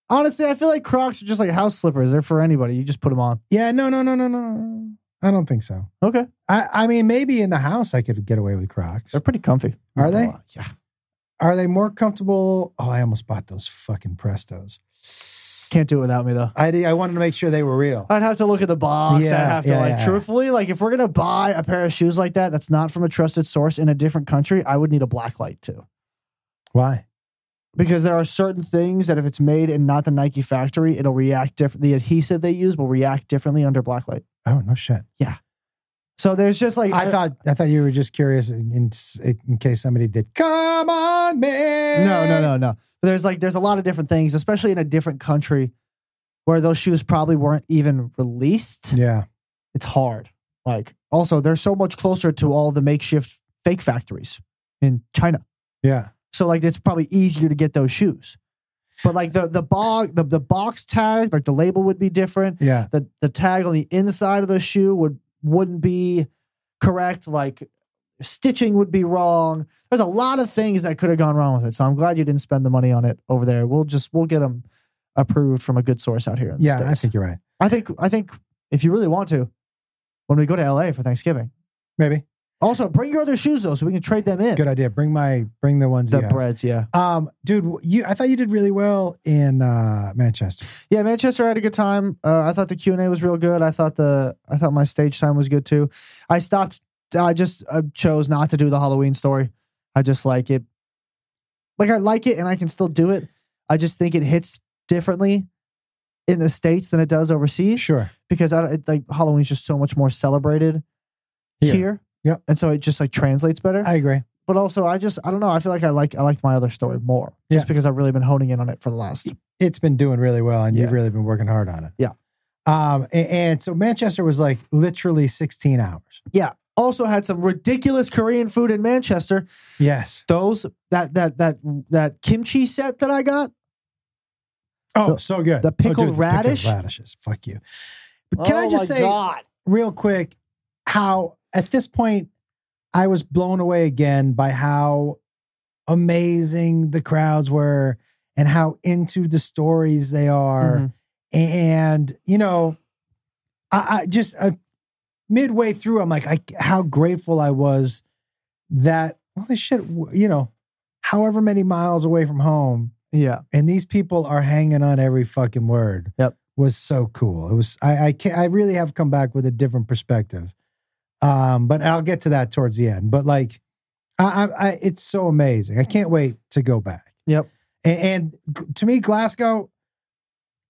Speaker 2: Honestly, I feel like Crocs are just like house slippers. They're for anybody. You just put them on.
Speaker 1: Yeah, no, no, no, no, no. I don't think so.
Speaker 2: Okay,
Speaker 1: I, I mean, maybe in the house I could get away with Crocs.
Speaker 2: they're pretty comfy.
Speaker 1: Are they?
Speaker 2: Yeah.
Speaker 1: Are they more comfortable? Oh, I almost bought those fucking Prestos.
Speaker 2: Can't do it without me though.
Speaker 1: I, did- I wanted to make sure they were real.
Speaker 2: I'd have to look at the box.
Speaker 1: Yeah,
Speaker 2: I'd have to
Speaker 1: yeah,
Speaker 2: like
Speaker 1: yeah.
Speaker 2: truthfully, like if we're gonna buy a pair of shoes like that, that's not from a trusted source in a different country. I would need a black light too.
Speaker 1: Why?
Speaker 2: because there are certain things that if it's made in not the Nike factory, it'll react differently. The adhesive they use will react differently under blacklight.
Speaker 1: Oh no shit!
Speaker 2: So there's just like uh,
Speaker 1: I thought I thought you were just curious in, in, in case somebody did. Come on, man.
Speaker 2: no, no, no, no. But there's like there's a lot of different things, especially in a different country where those shoes probably weren't even released.
Speaker 1: Yeah,
Speaker 2: It's hard. Like also, they're so much closer to all the makeshift fake factories in China.
Speaker 1: yeah.
Speaker 2: So like it's probably easier to get those shoes. But like the the bog the, the box tag, like the label would be different.
Speaker 1: Yeah.
Speaker 2: the the tag on the inside of the shoe would wouldn't be correct like stitching would be wrong there's a lot of things that could have gone wrong with it so i'm glad you didn't spend the money on it over there we'll just we'll get them approved from a good source out here in the
Speaker 1: Yeah, I
Speaker 2: States.
Speaker 1: think you're right.
Speaker 2: i think i think if you really want to when we go to la for thanksgiving
Speaker 1: Maybe.
Speaker 2: also bring your other shoes though so we can trade them in
Speaker 1: Good idea. Bring my bring the ones
Speaker 2: the
Speaker 1: you have.
Speaker 2: breads yeah
Speaker 1: Um, dude, you I thought you did really well in uh Manchester.
Speaker 2: Yeah, Manchester had a good time. Uh, I thought the Q and A was real good. I thought the I thought my stage time was good too. I stopped. I just I chose not to do the Halloween story. I just like it. Like I like it, and I can still do it. I just think it hits differently in the states than it does overseas
Speaker 1: Sure.
Speaker 2: because I it, like Halloween's just so much more celebrated
Speaker 1: Here.
Speaker 2: here.
Speaker 1: Yep.
Speaker 2: and so it just like translates better.
Speaker 1: I agree.
Speaker 2: but also, I just I don't know. I feel like I like I liked my other story more just
Speaker 1: Yeah.
Speaker 2: because I've really been honing in on it for the last.
Speaker 1: It's been doing really well and you've
Speaker 2: Yeah.
Speaker 1: really been working hard on it.
Speaker 2: Yeah.
Speaker 1: Um a- and, so Manchester was like literally 16 hours.
Speaker 2: Also had some ridiculous Korean food in Manchester.
Speaker 1: Yes.
Speaker 2: those that that that that kimchi set that I got.
Speaker 1: Oh,
Speaker 2: The-
Speaker 1: so good.
Speaker 2: the
Speaker 1: Oh, dude,
Speaker 2: pickled radish? Oh
Speaker 1: radishes. Fuck you. But can I just say
Speaker 2: God.
Speaker 1: real quick how at this point I was blown away again by how amazing the crowds were and how into the stories they are. and you know i, I just uh, midway through i'm like I, how grateful i was that holy shit w- you know however many miles away from home
Speaker 2: Yeah,
Speaker 1: and these people are hanging on every fucking word
Speaker 2: Yep.
Speaker 1: was so cool it was i i can't, i really have come back with a different perspective um but i'll get to that towards the end but like i i, I it's so amazing i can't wait to go back
Speaker 2: Yep.
Speaker 1: and, and to me glasgow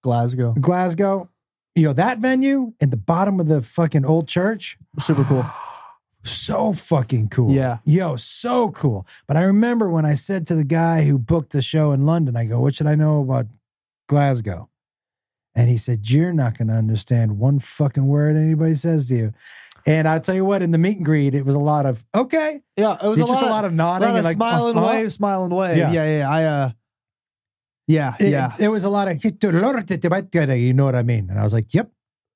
Speaker 2: Glasgow,
Speaker 1: Glasgow, you know, that venue and the bottom of the fucking old church,
Speaker 2: super cool.
Speaker 1: so fucking cool.
Speaker 2: Yeah.
Speaker 1: Yo, so cool. But I remember when I said to the guy who booked the show in London, I go, what should I know about Glasgow? And he said, You're not going to understand one fucking word anybody says to you. And I'll tell you what, in the meet and greet, it was a lot of, okay.
Speaker 2: Yeah, it was
Speaker 1: It's just a lot of nodding and like,
Speaker 2: smile and
Speaker 1: uh-huh.
Speaker 2: wave, smile and wave.
Speaker 1: Yeah.
Speaker 2: Yeah, yeah. I uh, yeah,
Speaker 1: It,
Speaker 2: yeah,
Speaker 1: it was a lot of, you know what I mean? And I was like, Yep,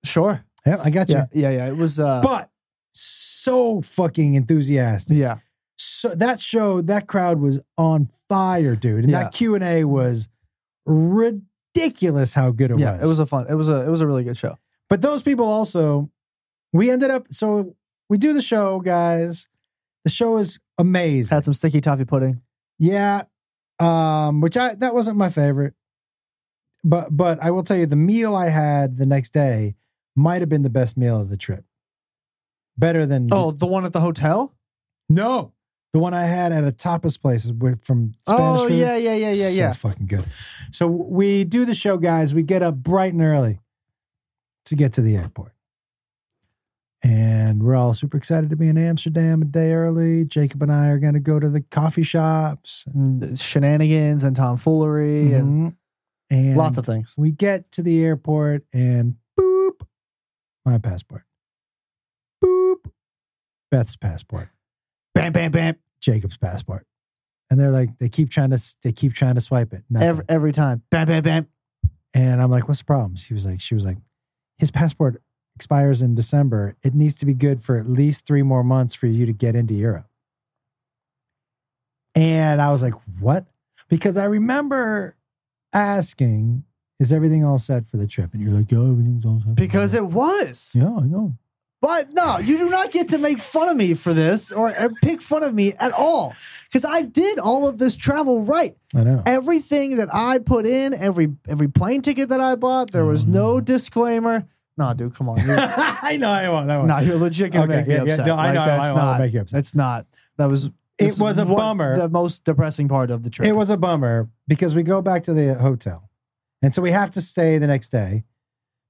Speaker 2: sure.
Speaker 1: yep, I got you.
Speaker 2: Yeah, yeah, yeah. It was uh,
Speaker 1: But so fucking enthusiastic.
Speaker 2: yeah,
Speaker 1: so that show that crowd was on fire dude and
Speaker 2: Yeah.
Speaker 1: that q&a was ridiculous how good it
Speaker 2: yeah.
Speaker 1: was
Speaker 2: It was a fun. It was a it was a really good show.
Speaker 1: but those people also we ended up so we do the show guys the show is amazing
Speaker 2: Had some sticky toffee pudding.
Speaker 1: yeah um which i that wasn't my favorite but but i will tell you the meal i had the next day might have been the best meal of the trip better than
Speaker 2: Oh, the one at the hotel.
Speaker 1: no the one i had at a tapas place with- from spanish
Speaker 2: oh
Speaker 1: food.
Speaker 2: yeah, yeah, yeah, yeah, yeah.
Speaker 1: So fucking good. So we do the show, guys. We get up bright and early to get to the airport. And we're all super excited to be in Amsterdam a day early. Jacob and I are going to go to the coffee shops.
Speaker 2: And shenanigans and tomfoolery and
Speaker 1: Mhm. And
Speaker 2: Mm-hmm. lots of things.
Speaker 1: we get to the airport and boop, my passport. Boop, Beth's passport.
Speaker 2: Bam, bam, bam.
Speaker 1: Jacob's passport. And they're like, they keep trying to, they keep trying to swipe it. Nothing.
Speaker 2: Every, every time. Bam, bam, bam.
Speaker 1: And I'm like, what's the problem? She was like, she was like, his passport expires in December. It needs to be good for at least three more months for you to get into Europe. And I was like, what? Because I remember asking, is everything all set for the trip? And you're like, yeah, everything's all set.
Speaker 2: Because it was.
Speaker 1: yeah, I know.
Speaker 2: But no, you do not get to make fun of me for this or, or pick fun of me at all. Because I did all of this travel right.
Speaker 1: I know.
Speaker 2: Everything that I put in, every every plane ticket that I bought, there was no
Speaker 1: Mm.
Speaker 2: disclaimer. Nah, dude, come on.
Speaker 1: *laughs*
Speaker 2: You're, *laughs*
Speaker 1: I know. I won't. I won't.
Speaker 2: nah, you're legit gonna
Speaker 1: Okay,
Speaker 2: make me
Speaker 1: yeah, yeah.
Speaker 2: upset.
Speaker 1: No, I
Speaker 2: Like,
Speaker 1: know, I
Speaker 2: That's
Speaker 1: won't
Speaker 2: not,
Speaker 1: make you upset.
Speaker 2: That's not. That was. this
Speaker 1: was a
Speaker 2: one-
Speaker 1: bummer.
Speaker 2: The most depressing part of the trip.
Speaker 1: It was a bummer because we go back to the hotel. And so we have to stay the next day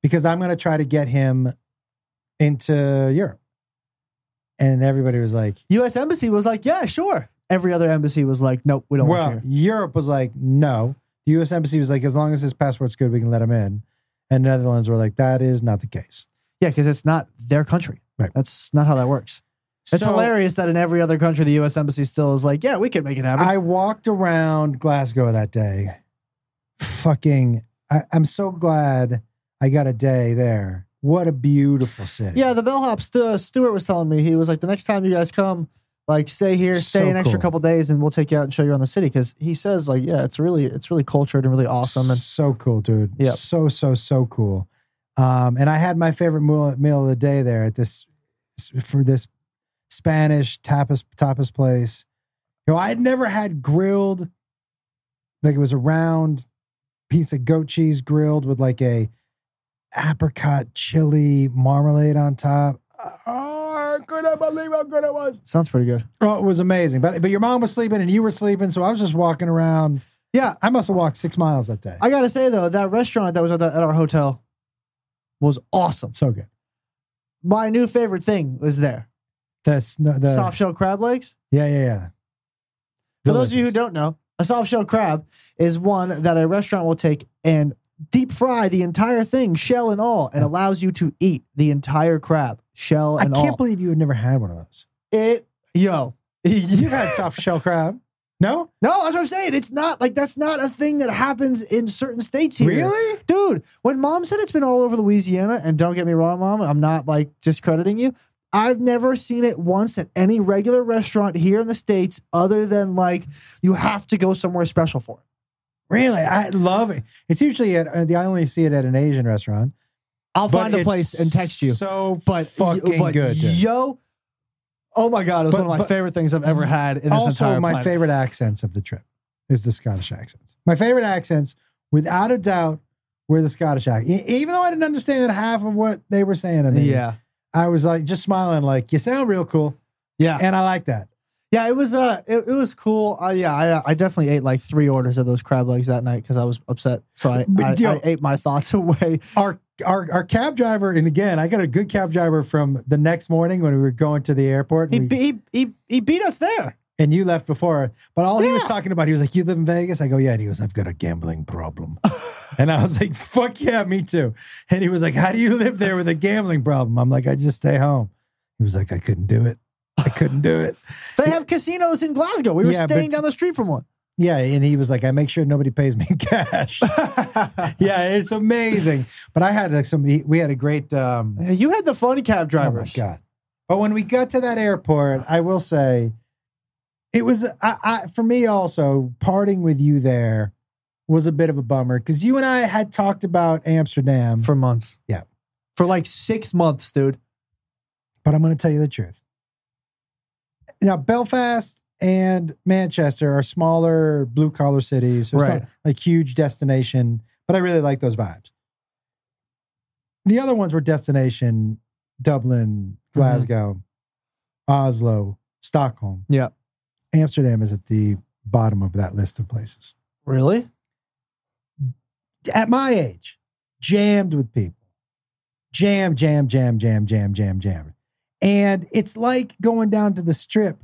Speaker 1: because I'm going to try to get him into Europe. And everybody was like,
Speaker 2: U.S. embassy was like, yeah, sure. Every other embassy was like, nope, we don't want you.
Speaker 1: well,
Speaker 2: here.
Speaker 1: Europe was like, no. The US Embassy was like, as long as his passport's good, we can let him in. And Netherlands were like, that is not the case.
Speaker 2: Yeah, because it's not their country.
Speaker 1: Right.
Speaker 2: That's not how that works. It's
Speaker 1: So
Speaker 2: hilarious that in every other country, the U.S. embassy still is like, yeah, we can make it happen.
Speaker 1: I walked around Glasgow that day. Fucking, I, I'm so glad I got a day there. What a beautiful city.
Speaker 2: yeah, the bellhop Stu- Stuart was telling me he was like, the next time you guys come, like, stay here, stay
Speaker 1: So
Speaker 2: an extra
Speaker 1: cool.
Speaker 2: couple days, and we'll take you out and show you around the city. Because he says, like, yeah, it's really, it's really cultured and really awesome. And
Speaker 1: so cool, dude.
Speaker 2: Yep.
Speaker 1: So so so cool. Um, and I had my favorite meal, meal of the day there at this for this Spanish tapas tapas place. You know, I had never had grilled like it was a round piece of goat cheese grilled with like a apricot chili marmalade on top. Oh, I couldn't believe how good it was.
Speaker 2: sounds pretty good.
Speaker 1: Oh, it was amazing. But but your mom was sleeping and you were sleeping, so I was just walking around.
Speaker 2: Yeah,
Speaker 1: I must have walked six miles that day.
Speaker 2: I gotta say though, that restaurant that was at, the, at our hotel was awesome.
Speaker 1: so good.
Speaker 2: My new favorite thing was there:
Speaker 1: The, snow, the
Speaker 2: soft shell crab legs.
Speaker 1: Yeah, yeah, yeah.
Speaker 2: For those of you who
Speaker 1: Delicious.
Speaker 2: don't know, a soft shell crab is one that a restaurant will take and deep fry the entire thing, shell and all, and allows you to eat the entire crab, shell
Speaker 1: I
Speaker 2: and
Speaker 1: can't
Speaker 2: all.
Speaker 1: believe you had never had one of those.
Speaker 2: it, yo. *laughs*
Speaker 1: You've *laughs* had soft shell crab. No?
Speaker 2: No, that's what I'm saying. It's not like that's not a thing that happens in certain states here.
Speaker 1: Really?
Speaker 2: Dude, when mom said it's been all over Louisiana, and don't get me wrong, mom, I'm not like discrediting you. I've never seen it once at any regular restaurant here in the States other than like you have to go somewhere special for it.
Speaker 1: Really? I love it. It's usually at uh, the I only see it at an Asian restaurant.
Speaker 2: I'll
Speaker 1: But
Speaker 2: find a
Speaker 1: it's
Speaker 2: place and text you.
Speaker 1: So
Speaker 2: But
Speaker 1: fucking
Speaker 2: but
Speaker 1: good. dude.
Speaker 2: Yo, oh my God, it was
Speaker 1: But-
Speaker 2: one of my
Speaker 1: but-
Speaker 2: favorite things I've ever had in this
Speaker 1: also,
Speaker 2: entire
Speaker 1: my
Speaker 2: planet.
Speaker 1: favorite accents of the trip is the Scottish accents. My favorite accents, without a doubt, were the Scottish accents. Even though I didn't understand half of what they were saying to me,
Speaker 2: Yeah.
Speaker 1: I was like just smiling, like, you sound real cool.
Speaker 2: Yeah.
Speaker 1: And I like that.
Speaker 2: Yeah, it was uh, it, it was cool. Uh, yeah, I, uh, I definitely ate like three orders of those crab legs that night because I was upset. So I, I,
Speaker 1: But, yo-
Speaker 2: I ate my thoughts *laughs* away.
Speaker 1: our our our cab driver, and again, I got a good cab driver from the next morning when we were going to the airport,
Speaker 2: He,
Speaker 1: and, we-
Speaker 2: be- he, he, he beat us there.
Speaker 1: and you left before. But all he was
Speaker 2: Yeah.
Speaker 1: talking about, he was like, "You live in Vegas?" I go, "Yeah." And he goes, "I've got a gambling
Speaker 2: *laughs*
Speaker 1: problem," and I was like, "Fuck yeah, me too." And he was like, "How do you live there with a gambling problem?" I'm like, "I just stay home." He was like, "I couldn't do it. I couldn't do it."
Speaker 2: They have casinos in Glasgow. We were
Speaker 1: Yeah,
Speaker 2: staying
Speaker 1: but-
Speaker 2: down the street from one.
Speaker 1: Yeah, and he was like, "I make sure nobody pays me *laughs*
Speaker 2: *laughs*
Speaker 1: cash."
Speaker 2: Yeah,
Speaker 1: yeah, it's amazing. But I had like some. We had a great. um
Speaker 2: you had the funny cab drivers.
Speaker 1: Oh my god! But when we got to that airport, I will say, it was I, I, for me also parting with you there was a bit of a bummer because you and I had talked about Amsterdam.
Speaker 2: For months.
Speaker 1: Yeah.
Speaker 2: For like six months, dude.
Speaker 1: but I'm going to tell you the truth. Now Belfast and Manchester are smaller blue collar cities, so it's
Speaker 2: Right.
Speaker 1: not like huge destination. But I really like those vibes. The other ones were destination: Dublin, Glasgow, Oslo, Stockholm.
Speaker 2: Yeah.
Speaker 1: Amsterdam is at the bottom of that list of places.
Speaker 2: Really?
Speaker 1: At my age, jammed with people, jam, jam, jam, jam, jam, jam, jam. And it's like going down to the strip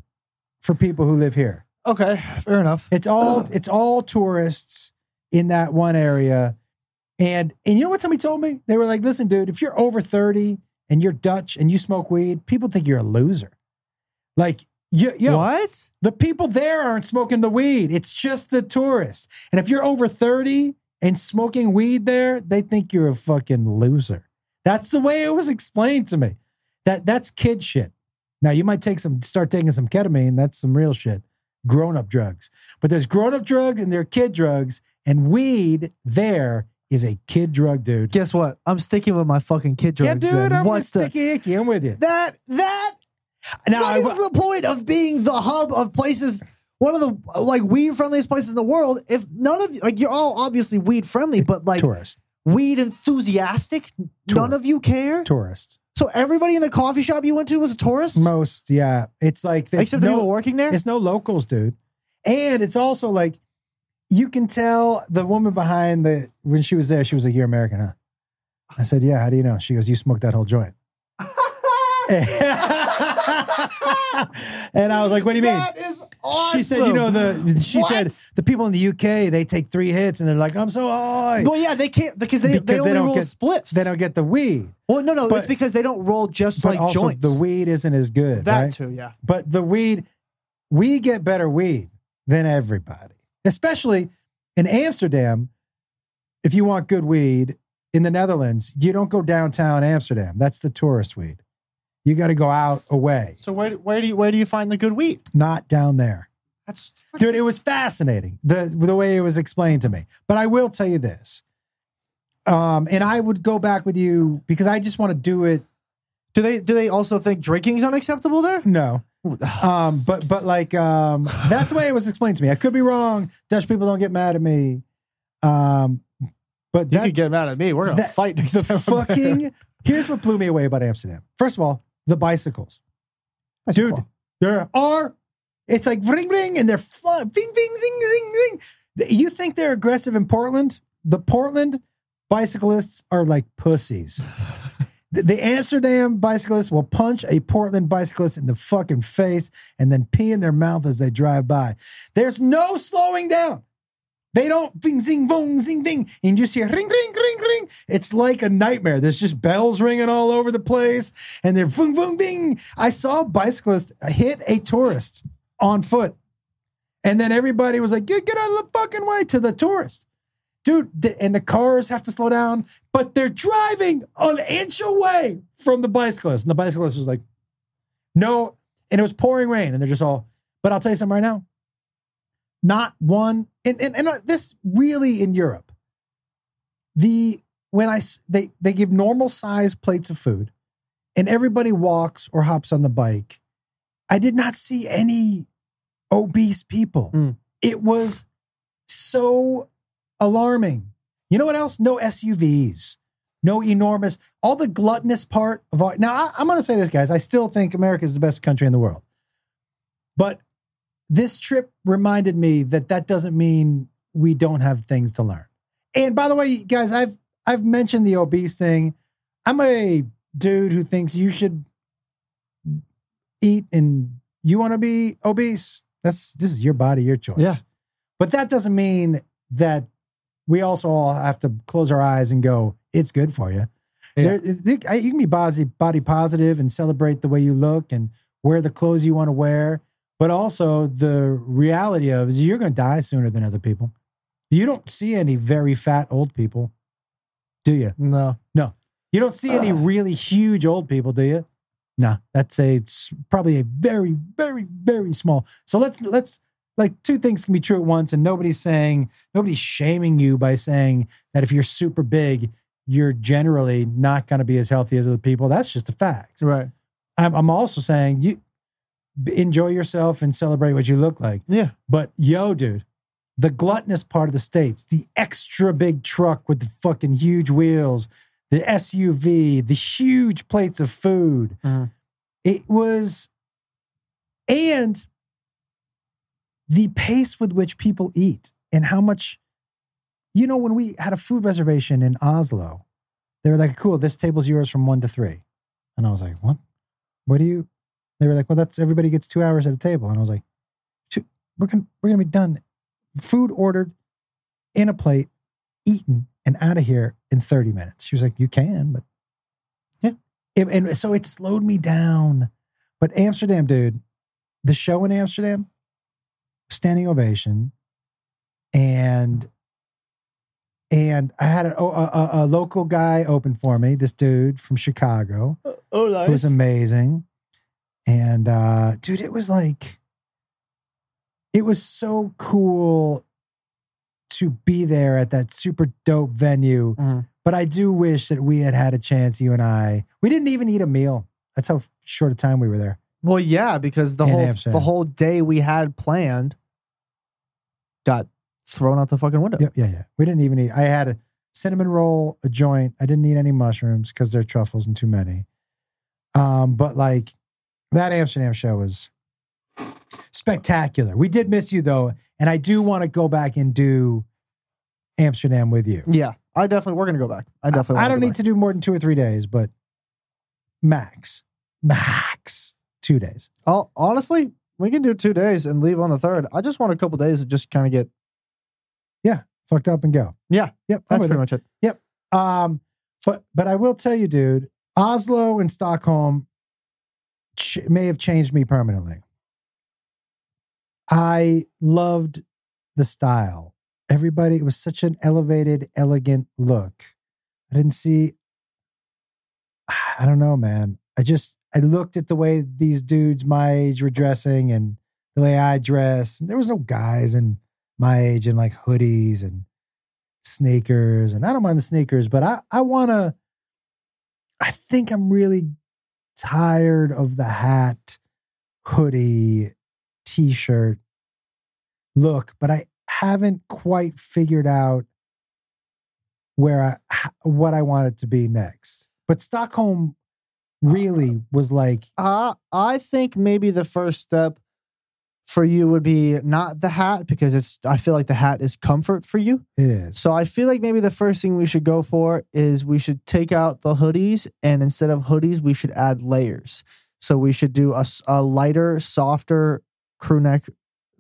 Speaker 1: for people who live here.
Speaker 2: Okay, fair enough.
Speaker 1: It's all it's all tourists in that one area. And and you know what somebody told me? They were like, listen, dude, if you're over 30 and you're Dutch and you smoke weed, people think you're a loser. Like, yo, yo
Speaker 2: What?
Speaker 1: the people there aren't smoking the weed. It's just the tourists. And if you're over 30 and smoking weed there, they think you're a fucking loser. That's the way it was explained to me. That that's kid shit. Now you might take some start taking some ketamine, that's some real shit. Grown-up drugs. But there's grown-up drugs and there are kid drugs, and weed there is a kid drug, dude.
Speaker 2: Guess what? I'm sticking with my fucking kid drugs.
Speaker 1: yeah, dude,
Speaker 2: then.
Speaker 1: I'm with
Speaker 2: What's the
Speaker 1: sticky icky. I'm with you.
Speaker 2: that that
Speaker 1: Now
Speaker 2: What
Speaker 1: I
Speaker 2: is
Speaker 1: w-
Speaker 2: the point of being the hub of places? One of the like weed friendliest places in the world. If none of like you're all obviously weed friendly, but like
Speaker 1: tourist.
Speaker 2: weed enthusiastic, none
Speaker 1: Tour.
Speaker 2: of you care.
Speaker 1: Tourists.
Speaker 2: So everybody in the coffee shop you went to was a tourist,
Speaker 1: Most, yeah. It's like they
Speaker 2: except the people working there.
Speaker 1: It's *laughs* no locals, dude. And it's also like you can tell the woman behind the when she was there, she was like, "You're American, huh?" I said, "Yeah." How do you know? She goes, "You smoked that whole joint." *laughs* and I was like, "What do you mean?"
Speaker 2: That is awesome.
Speaker 1: She said, "You know the." She said
Speaker 2: What?
Speaker 1: the people in the UK they take three hits and they're like, "I'm so high."
Speaker 2: Well, yeah, they can't because they,
Speaker 1: Because
Speaker 2: they
Speaker 1: they
Speaker 2: only
Speaker 1: don't
Speaker 2: roll
Speaker 1: get-
Speaker 2: spliffs.
Speaker 1: They don't get the weed,
Speaker 2: well, no, no, it's
Speaker 1: but-
Speaker 2: because they don't roll just
Speaker 1: but
Speaker 2: like
Speaker 1: also
Speaker 2: joints.
Speaker 1: the weed isn't as good,
Speaker 2: that
Speaker 1: right?
Speaker 2: too, yeah.
Speaker 1: But the weed, we get better weed than everybody, especially in Amsterdam. If you want good weed in the Netherlands, you don't go downtown Amsterdam. That's the tourist weed. You got to go out away,
Speaker 2: So where where do you where do you find the good weed?
Speaker 1: not down there.
Speaker 2: That's
Speaker 1: Dude, it was fascinating the the way it was explained to me. But I will tell you this. Um, and I would go back with you because I just want to do it.
Speaker 2: Do they do they also think drinking's unacceptable there?
Speaker 1: No, Um, but but like um, that's the way it was explained to me. I could be wrong. Dutch people don't get mad at me. Um, but
Speaker 2: you
Speaker 1: that,
Speaker 2: could get mad at me. We're gonna
Speaker 1: that-
Speaker 2: fight next
Speaker 1: the
Speaker 2: time I'm there.
Speaker 1: fucking here's what blew me away about Amsterdam. First of all, the bicycles,
Speaker 2: Bicycle.
Speaker 1: dude. There are it's like ring ring and they're fly, ving ving zing zing zing. You think they're aggressive in Portland? The Portland bicyclists are like pussies. The- The Amsterdam bicyclist will punch a Portland bicyclist in the fucking face and then pee in their mouth as they drive by. There's no slowing down. They don't ding, zing, vong, zing, ding. And you just hear ring, ring, ring, ring. It's like a nightmare. There's just bells ringing all over the place and they're vung, vung, ding. I saw a bicyclist hit a tourist on foot. And then everybody was like, get, get out of the fucking way to the tourist. Dude, th- and the cars have to slow down, but they're driving an inch away from the bicyclist. And the bicyclist was like, no. And it was pouring rain. And they're just all, but I'll tell you something right now not one and and, and uh, this really in europe the when i s- they they give normal size plates of food and everybody walks or hops on the bike i did not see any obese people
Speaker 2: Hmm.
Speaker 1: it was so alarming you know what else no suvs no enormous all the gluttonous part of all now I, i'm going to say this guys i still think america is the best country in the world but this trip reminded me that that doesn't mean we don't have things to learn. And by the way, guys, I've I've mentioned the obese thing. I'm a dude who thinks you should eat and you want to be obese. That's this is your body, your choice.
Speaker 2: Yeah.
Speaker 1: But that doesn't mean that we also all have to close our eyes and go, it's good for you.
Speaker 2: Yeah.
Speaker 1: There- you can be body, body positive and celebrate the way you look and wear the clothes you want to wear. But also the reality of is you're going to die sooner than other people. You don't see any very fat old people, do you?
Speaker 2: *laughs* No.
Speaker 1: You don't see any
Speaker 2: Ugh.
Speaker 1: really huge old people, do you? No, that's a it's probably a very, very, very small. So let's let's like two things can be true at once, and nobody's saying nobody's shaming you by saying that if you're super big, you're generally not going to be as healthy as other people. That's just a fact.
Speaker 2: Right.
Speaker 1: I'm, I'm also saying you b- enjoy yourself and celebrate what you look like.
Speaker 2: Yeah.
Speaker 1: But yo, dude, the gluttonous part of the states, the extra big truck with the fucking huge wheels, the SUV, the huge plates of food.
Speaker 2: Mhm.
Speaker 1: It was, and the pace with which people eat and how much, you know, when we had a food reservation in Oslo, they were like, cool, this table's yours from one to three. And I was like, what? what do you? They were like, well, that's everybody gets two hours at a table, and I was like, two, we're gonna we're gonna be done. Food ordered in a plate, eaten and out of here in thirty minutes. She was like, you can, but
Speaker 2: Yeah.
Speaker 1: It- and so it slowed me down. But Amsterdam, dude, the show in Amsterdam, standing ovation, and and I had a, a, a, a local guy open for me. This dude from Chicago.
Speaker 2: Oh,
Speaker 1: It was amazing. And uh dude, it was like it was so cool to be there at that super dope venue.
Speaker 2: Mhm.
Speaker 1: But I do wish that we had had a chance, you and I. We didn't even eat a meal. That's how short a time we were there.
Speaker 2: Well, yeah, because the
Speaker 1: In
Speaker 2: whole
Speaker 1: Amsterdam.
Speaker 2: the whole day we had planned got thrown out the fucking window.
Speaker 1: Yep, yeah, yeah. We didn't even eat. I had a cinnamon roll, a joint. I didn't eat any mushrooms because they're truffles and too many. Um, but like that Amsterdam show was spectacular. We did miss you though, and I do want to go back and do Amsterdam with you.
Speaker 2: Yeah, I definitely we're gonna go back. I definitely.
Speaker 1: I,
Speaker 2: wanna
Speaker 1: don't
Speaker 2: go
Speaker 1: need
Speaker 2: back.
Speaker 1: to do more than two or three days, but max, max two days.
Speaker 2: Oh, honestly, we can do two days and leave on the third. I just want a couple days to just kind of get.
Speaker 1: Fucked up and go.
Speaker 2: Yeah,
Speaker 1: Yep. I'm
Speaker 2: That's
Speaker 1: with it.
Speaker 2: pretty much it.
Speaker 1: Um, but but I will tell you, dude, Oslo and Stockholm ch- may have changed me permanently. I loved the style. Everybody, it was such an elevated, elegant look. I didn't see. *sighs* I don't know, man. I just I looked at the way these dudes my age were dressing and the way I dress. And there was no guys in my age in like hoodies and sneakers and I don't mind the sneakers, but I, I want to, I think I'm really tired of the hat, hoodie, t shirt look, but I haven't quite figured out where I, h- what I want it to be next. But Stockholm really was like,
Speaker 2: Uh, I think maybe the first step for you would be not the hat because it's. I feel like the hat is comfort for you.
Speaker 1: it is.
Speaker 2: So I feel like maybe the first thing we should go for is we should take out the hoodies and instead of hoodies, we should add layers. So we should do a, s- a lighter, softer crew neck.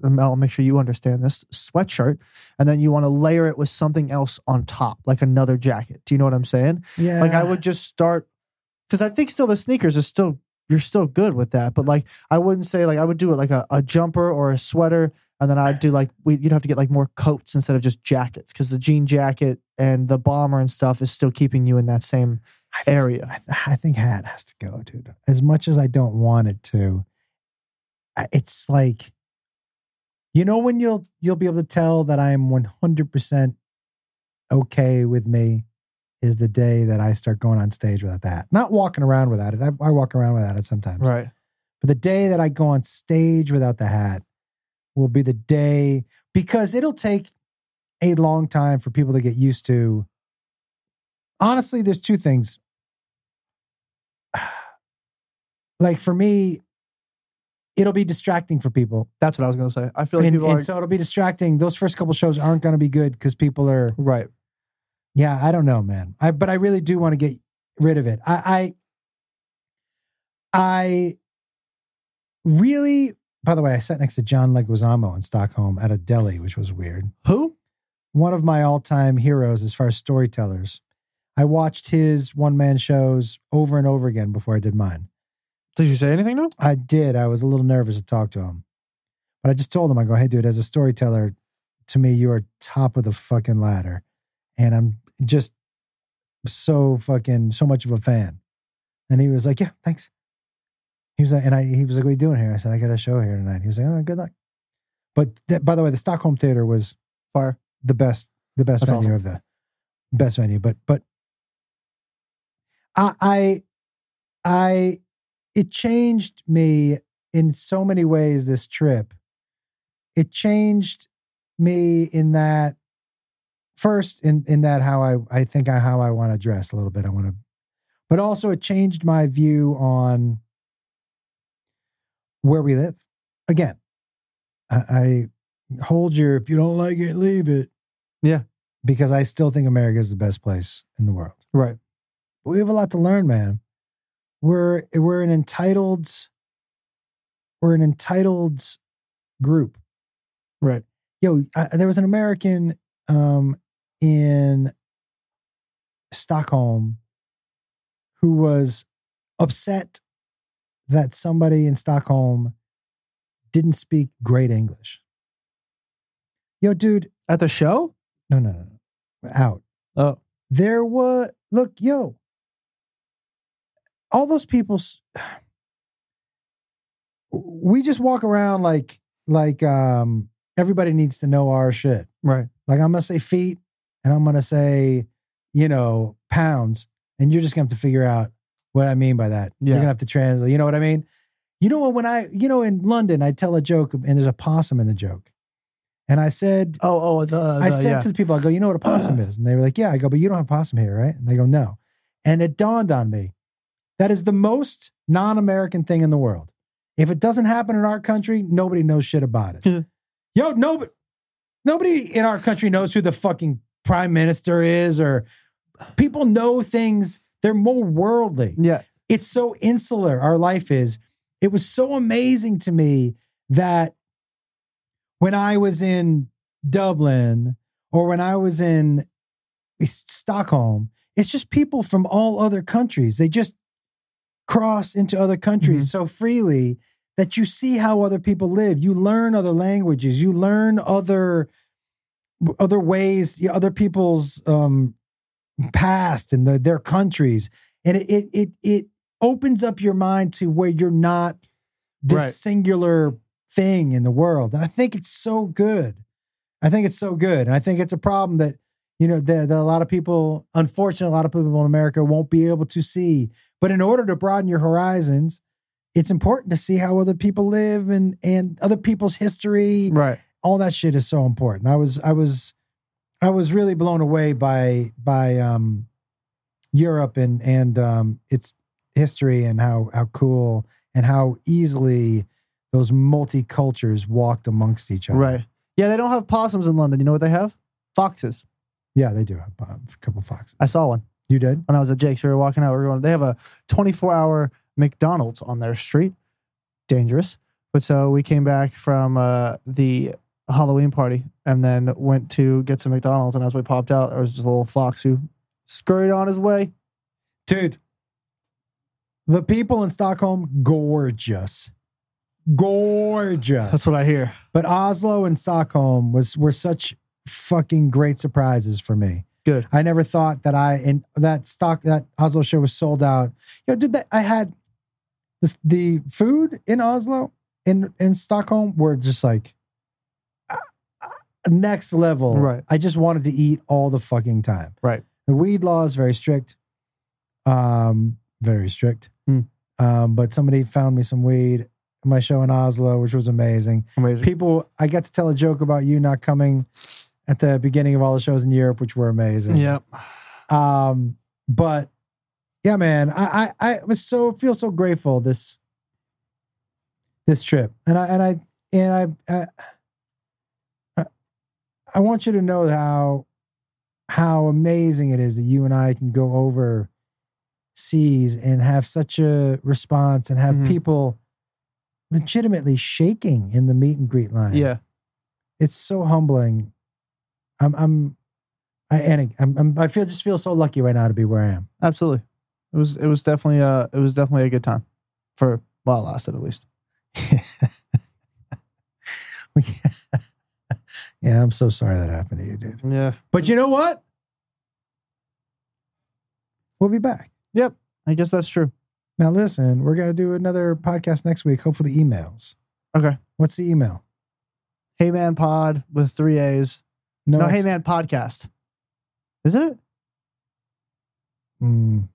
Speaker 2: um, I'll make sure you understand this sweatshirt. And then you want to layer it with something else on top, like another jacket. Do you know what I'm saying?
Speaker 1: Yeah.
Speaker 2: Like I would just start because I think still the sneakers is still you're still good with that. But like I wouldn't say like I would do it like a, a jumper or a sweater, and then I'd do like we, you'd have to get like more coats instead of just jackets because the jean jacket and the bomber and stuff is still keeping you in that same
Speaker 1: I th-
Speaker 2: area.
Speaker 1: I, th- I think hat has to go, dude. As much as I don't want it to, I- it's like, you know, when you'll you'll be able to tell that I'm 100 percent okay with me is the day that I start going on stage without that. Not walking around without it. I, I walk around without it sometimes.
Speaker 2: Right.
Speaker 1: But the day that I go on stage without the hat will be the day because it'll take a long time for people to get used to. Honestly, there's two things. *sighs* Like for me, it'll be distracting for people.
Speaker 2: That's what I was gonna say. I feel like
Speaker 1: and,
Speaker 2: people
Speaker 1: and
Speaker 2: are
Speaker 1: so it'll be distracting. Those first couple shows aren't going to be good because people are
Speaker 2: right.
Speaker 1: yeah, I don't know, man. I but I really do want to get rid of it. I I, I really by the way, I sat next to John Leguizamo in Stockholm at a deli, which was weird.
Speaker 2: Who?
Speaker 1: One of my all-time heroes as far as storytellers. I watched his one-man shows over and over again before I did mine.
Speaker 2: Did you say anything? No.
Speaker 1: I did. I was a little nervous to talk to him. But I just told him, I go, hey, dude, as a storyteller, to me, you are top of the fucking ladder. And I'm just so fucking, so much of a fan. And he was like, yeah, thanks. He was like, and I, he was like, what are you doing here? I said, I got a show here tonight. He was like, oh, good luck. But that, by the way, the Stockholm Theater was
Speaker 2: Fire.
Speaker 1: the best the best
Speaker 2: That's
Speaker 1: venue
Speaker 2: awesome.
Speaker 1: of the best venue but but i i i it changed me in so many ways this trip it changed me in that first in in that how i i think I, how i want to dress a little bit i want to but also it changed my view on where we live again i, I hold your if you don't like it leave it because I still think America is the best place in the world.
Speaker 2: Right.
Speaker 1: But we have a lot to learn, man. we're we're an entitled we're an entitled group.
Speaker 2: Right.
Speaker 1: Yo, I, there was an American um, in Stockholm who was upset that somebody in Stockholm didn't speak great English. Yo, dude,
Speaker 2: At the show?
Speaker 1: no, no, no, no, out.
Speaker 2: Oh.
Speaker 1: There was look, yo, all those people. s- *sighs* We just walk around like like um everybody needs to know our shit.
Speaker 2: Right.
Speaker 1: Like I'm gonna say feet, and I'm gonna say, you know, pounds, and you're just gonna have to figure out what I mean by that.
Speaker 2: Yeah.
Speaker 1: You're gonna have to translate. You know what I mean? You know what? When I, you know, in London, I tell a joke, and there's a possum in the joke, and I said,
Speaker 2: Oh, oh, the,
Speaker 1: I
Speaker 2: the-
Speaker 1: said
Speaker 2: yeah.
Speaker 1: to the people, I go, you know what a possum is, and they were like, yeah. I go, but you don't have possum here, right? And they go, no. And it dawned on me, that is the most non-American thing in the world. If it doesn't happen in our country, nobody knows shit about it. Yo, nobody, nobody in our country knows who the fucking prime minister is, or people know things. They're more worldly.
Speaker 2: yeah.
Speaker 1: It's so insular. Our life is. It was so amazing to me that when I was in Dublin or when I was in Stockholm, it's just people from all other countries. They just cross into other countries so freely that you see how other people live. You learn other languages. You learn other other ways, yeah, other people's um, past and the, their countries, and it, it it it opens up your mind to where you're not this
Speaker 2: Right.
Speaker 1: singular thing in the world. And I think it's so good. I think it's so good, and I think it's a problem that you know that, that a lot of people, unfortunately, a lot of people in America won't be able to see. But in order to broaden your horizons, it's important to see how other people live and and other people's history
Speaker 2: Right.
Speaker 1: all that shit is so important. I was I was I was really blown away by by um Europe and and um its history and how how cool and how easily those multi cultures walked amongst each other.
Speaker 2: Right. Yeah, they don't have possums in London. You know what they have? Foxes.
Speaker 1: Yeah, they do have um, a couple foxes.
Speaker 2: I saw one
Speaker 1: You did?
Speaker 2: when I was at Jake's. We were walking out. We were going, they have a 24 hour McDonald's on their street. Dangerous. But so we came back from uh, the Halloween party and then went to get some McDonald's. And as we popped out, there was just a little fox who scurried on his way.
Speaker 1: Dude. The people in Stockholm gorgeous. Gorgeous.
Speaker 2: That's what I hear.
Speaker 1: But Oslo and Stockholm was were such fucking great surprises for me.
Speaker 2: Good.
Speaker 1: I never thought that I and that stock that Oslo show was sold out. Yo, dude, that I had this, the food in Oslo in in Stockholm were just like ah, ah, next level.
Speaker 2: Right.
Speaker 1: I just wanted to eat all the fucking time.
Speaker 2: Right.
Speaker 1: The weed law is very strict. Um, very strict.
Speaker 2: Hmm.
Speaker 1: Um, but somebody found me some weed at my show in Oslo, which was amazing
Speaker 2: Amazing.
Speaker 1: people i got to tell a joke about you not coming at the beginning of all the shows in europe which were amazing
Speaker 2: Yep.
Speaker 1: um but yeah man i i, I was so feel so grateful this this trip and i and i and i i, I- I want you to know how how amazing it is that you and i can go overseas and have such a response and have
Speaker 2: Mhm.
Speaker 1: people legitimately shaking in the meet and greet line
Speaker 2: Yeah.
Speaker 1: it's so humbling. I'm, I'm, I, and I'm, I'm, I feel just feel so lucky right now to be where I am. *laughs*
Speaker 2: Absolutely. It was it was definitely uh it was definitely a good time for while it lasted at least.
Speaker 1: yeah, I'm so sorry that happened to you, dude.
Speaker 2: Yeah.
Speaker 1: But you know what? We'll be back.
Speaker 2: I guess that's true.
Speaker 1: Now, listen, we're gonna do another podcast next week. Hopefully, emails.
Speaker 2: Okay.
Speaker 1: What's the email?
Speaker 2: Hey Man Pod with three A's. No, Hey
Speaker 1: it's-
Speaker 2: Man Podcast. Is it it?
Speaker 1: Mm,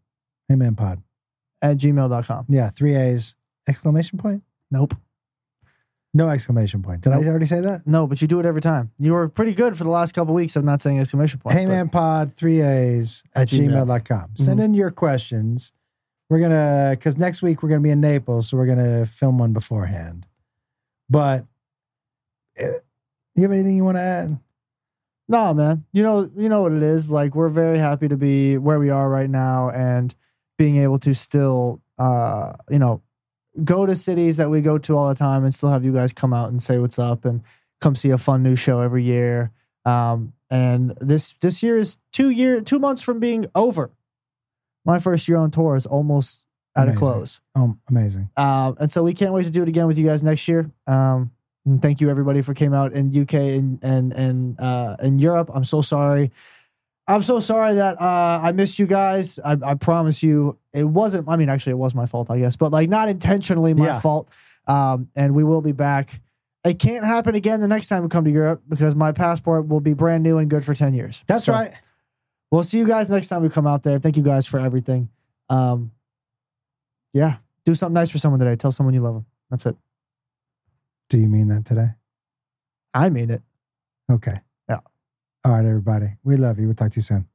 Speaker 1: hey man, pod.
Speaker 2: At gmail.com.
Speaker 1: Yeah, three A's. Exclamation point?
Speaker 2: Nope.
Speaker 1: No exclamation point. Did I
Speaker 2: Nope.
Speaker 1: already say that?
Speaker 2: No, but you do it every time. You were pretty good for the last couple weeks of not saying exclamation point.
Speaker 1: Hey
Speaker 2: but-
Speaker 1: man pod three A's at
Speaker 2: Gmail.
Speaker 1: gmail.com. Send in your questions. We're going to, because next week we're going to be in Naples, so we're going to film one beforehand. But eh, you have anything you want to add?
Speaker 2: No, man. You know, you know what it is. Like we're very happy to be where we are right now and being able to still uh, you know, go to cities that we go to all the time and still have you guys come out and say what's up and come see a fun new show every year. Um, and this this year is two year two months from being over. My first year on tour is almost at a
Speaker 1: Amazing.
Speaker 2: close.
Speaker 1: Oh, amazing.
Speaker 2: Um, and so we can't wait to do it again with you guys next year. Um, and thank you everybody for came out in UK and and and uh, in Europe. I'm so sorry. I'm so sorry that uh, I missed you guys. I, I promise you, it wasn't. I mean, actually, it was my fault, I guess, but like not intentionally my
Speaker 1: Yeah.
Speaker 2: fault. Um, and we will be back. It can't happen again the next time we come to Europe because my passport will be brand new and good for ten years.
Speaker 1: That's
Speaker 2: So-
Speaker 1: right.
Speaker 2: We'll see you guys next time we come out there. Thank you guys for everything. Um, yeah, do something nice for someone today. Tell someone you love them. That's it.
Speaker 1: Do you mean that today?
Speaker 2: I mean it.
Speaker 1: Okay.
Speaker 2: Yeah.
Speaker 1: All right, everybody. We love you. We'll talk to you soon.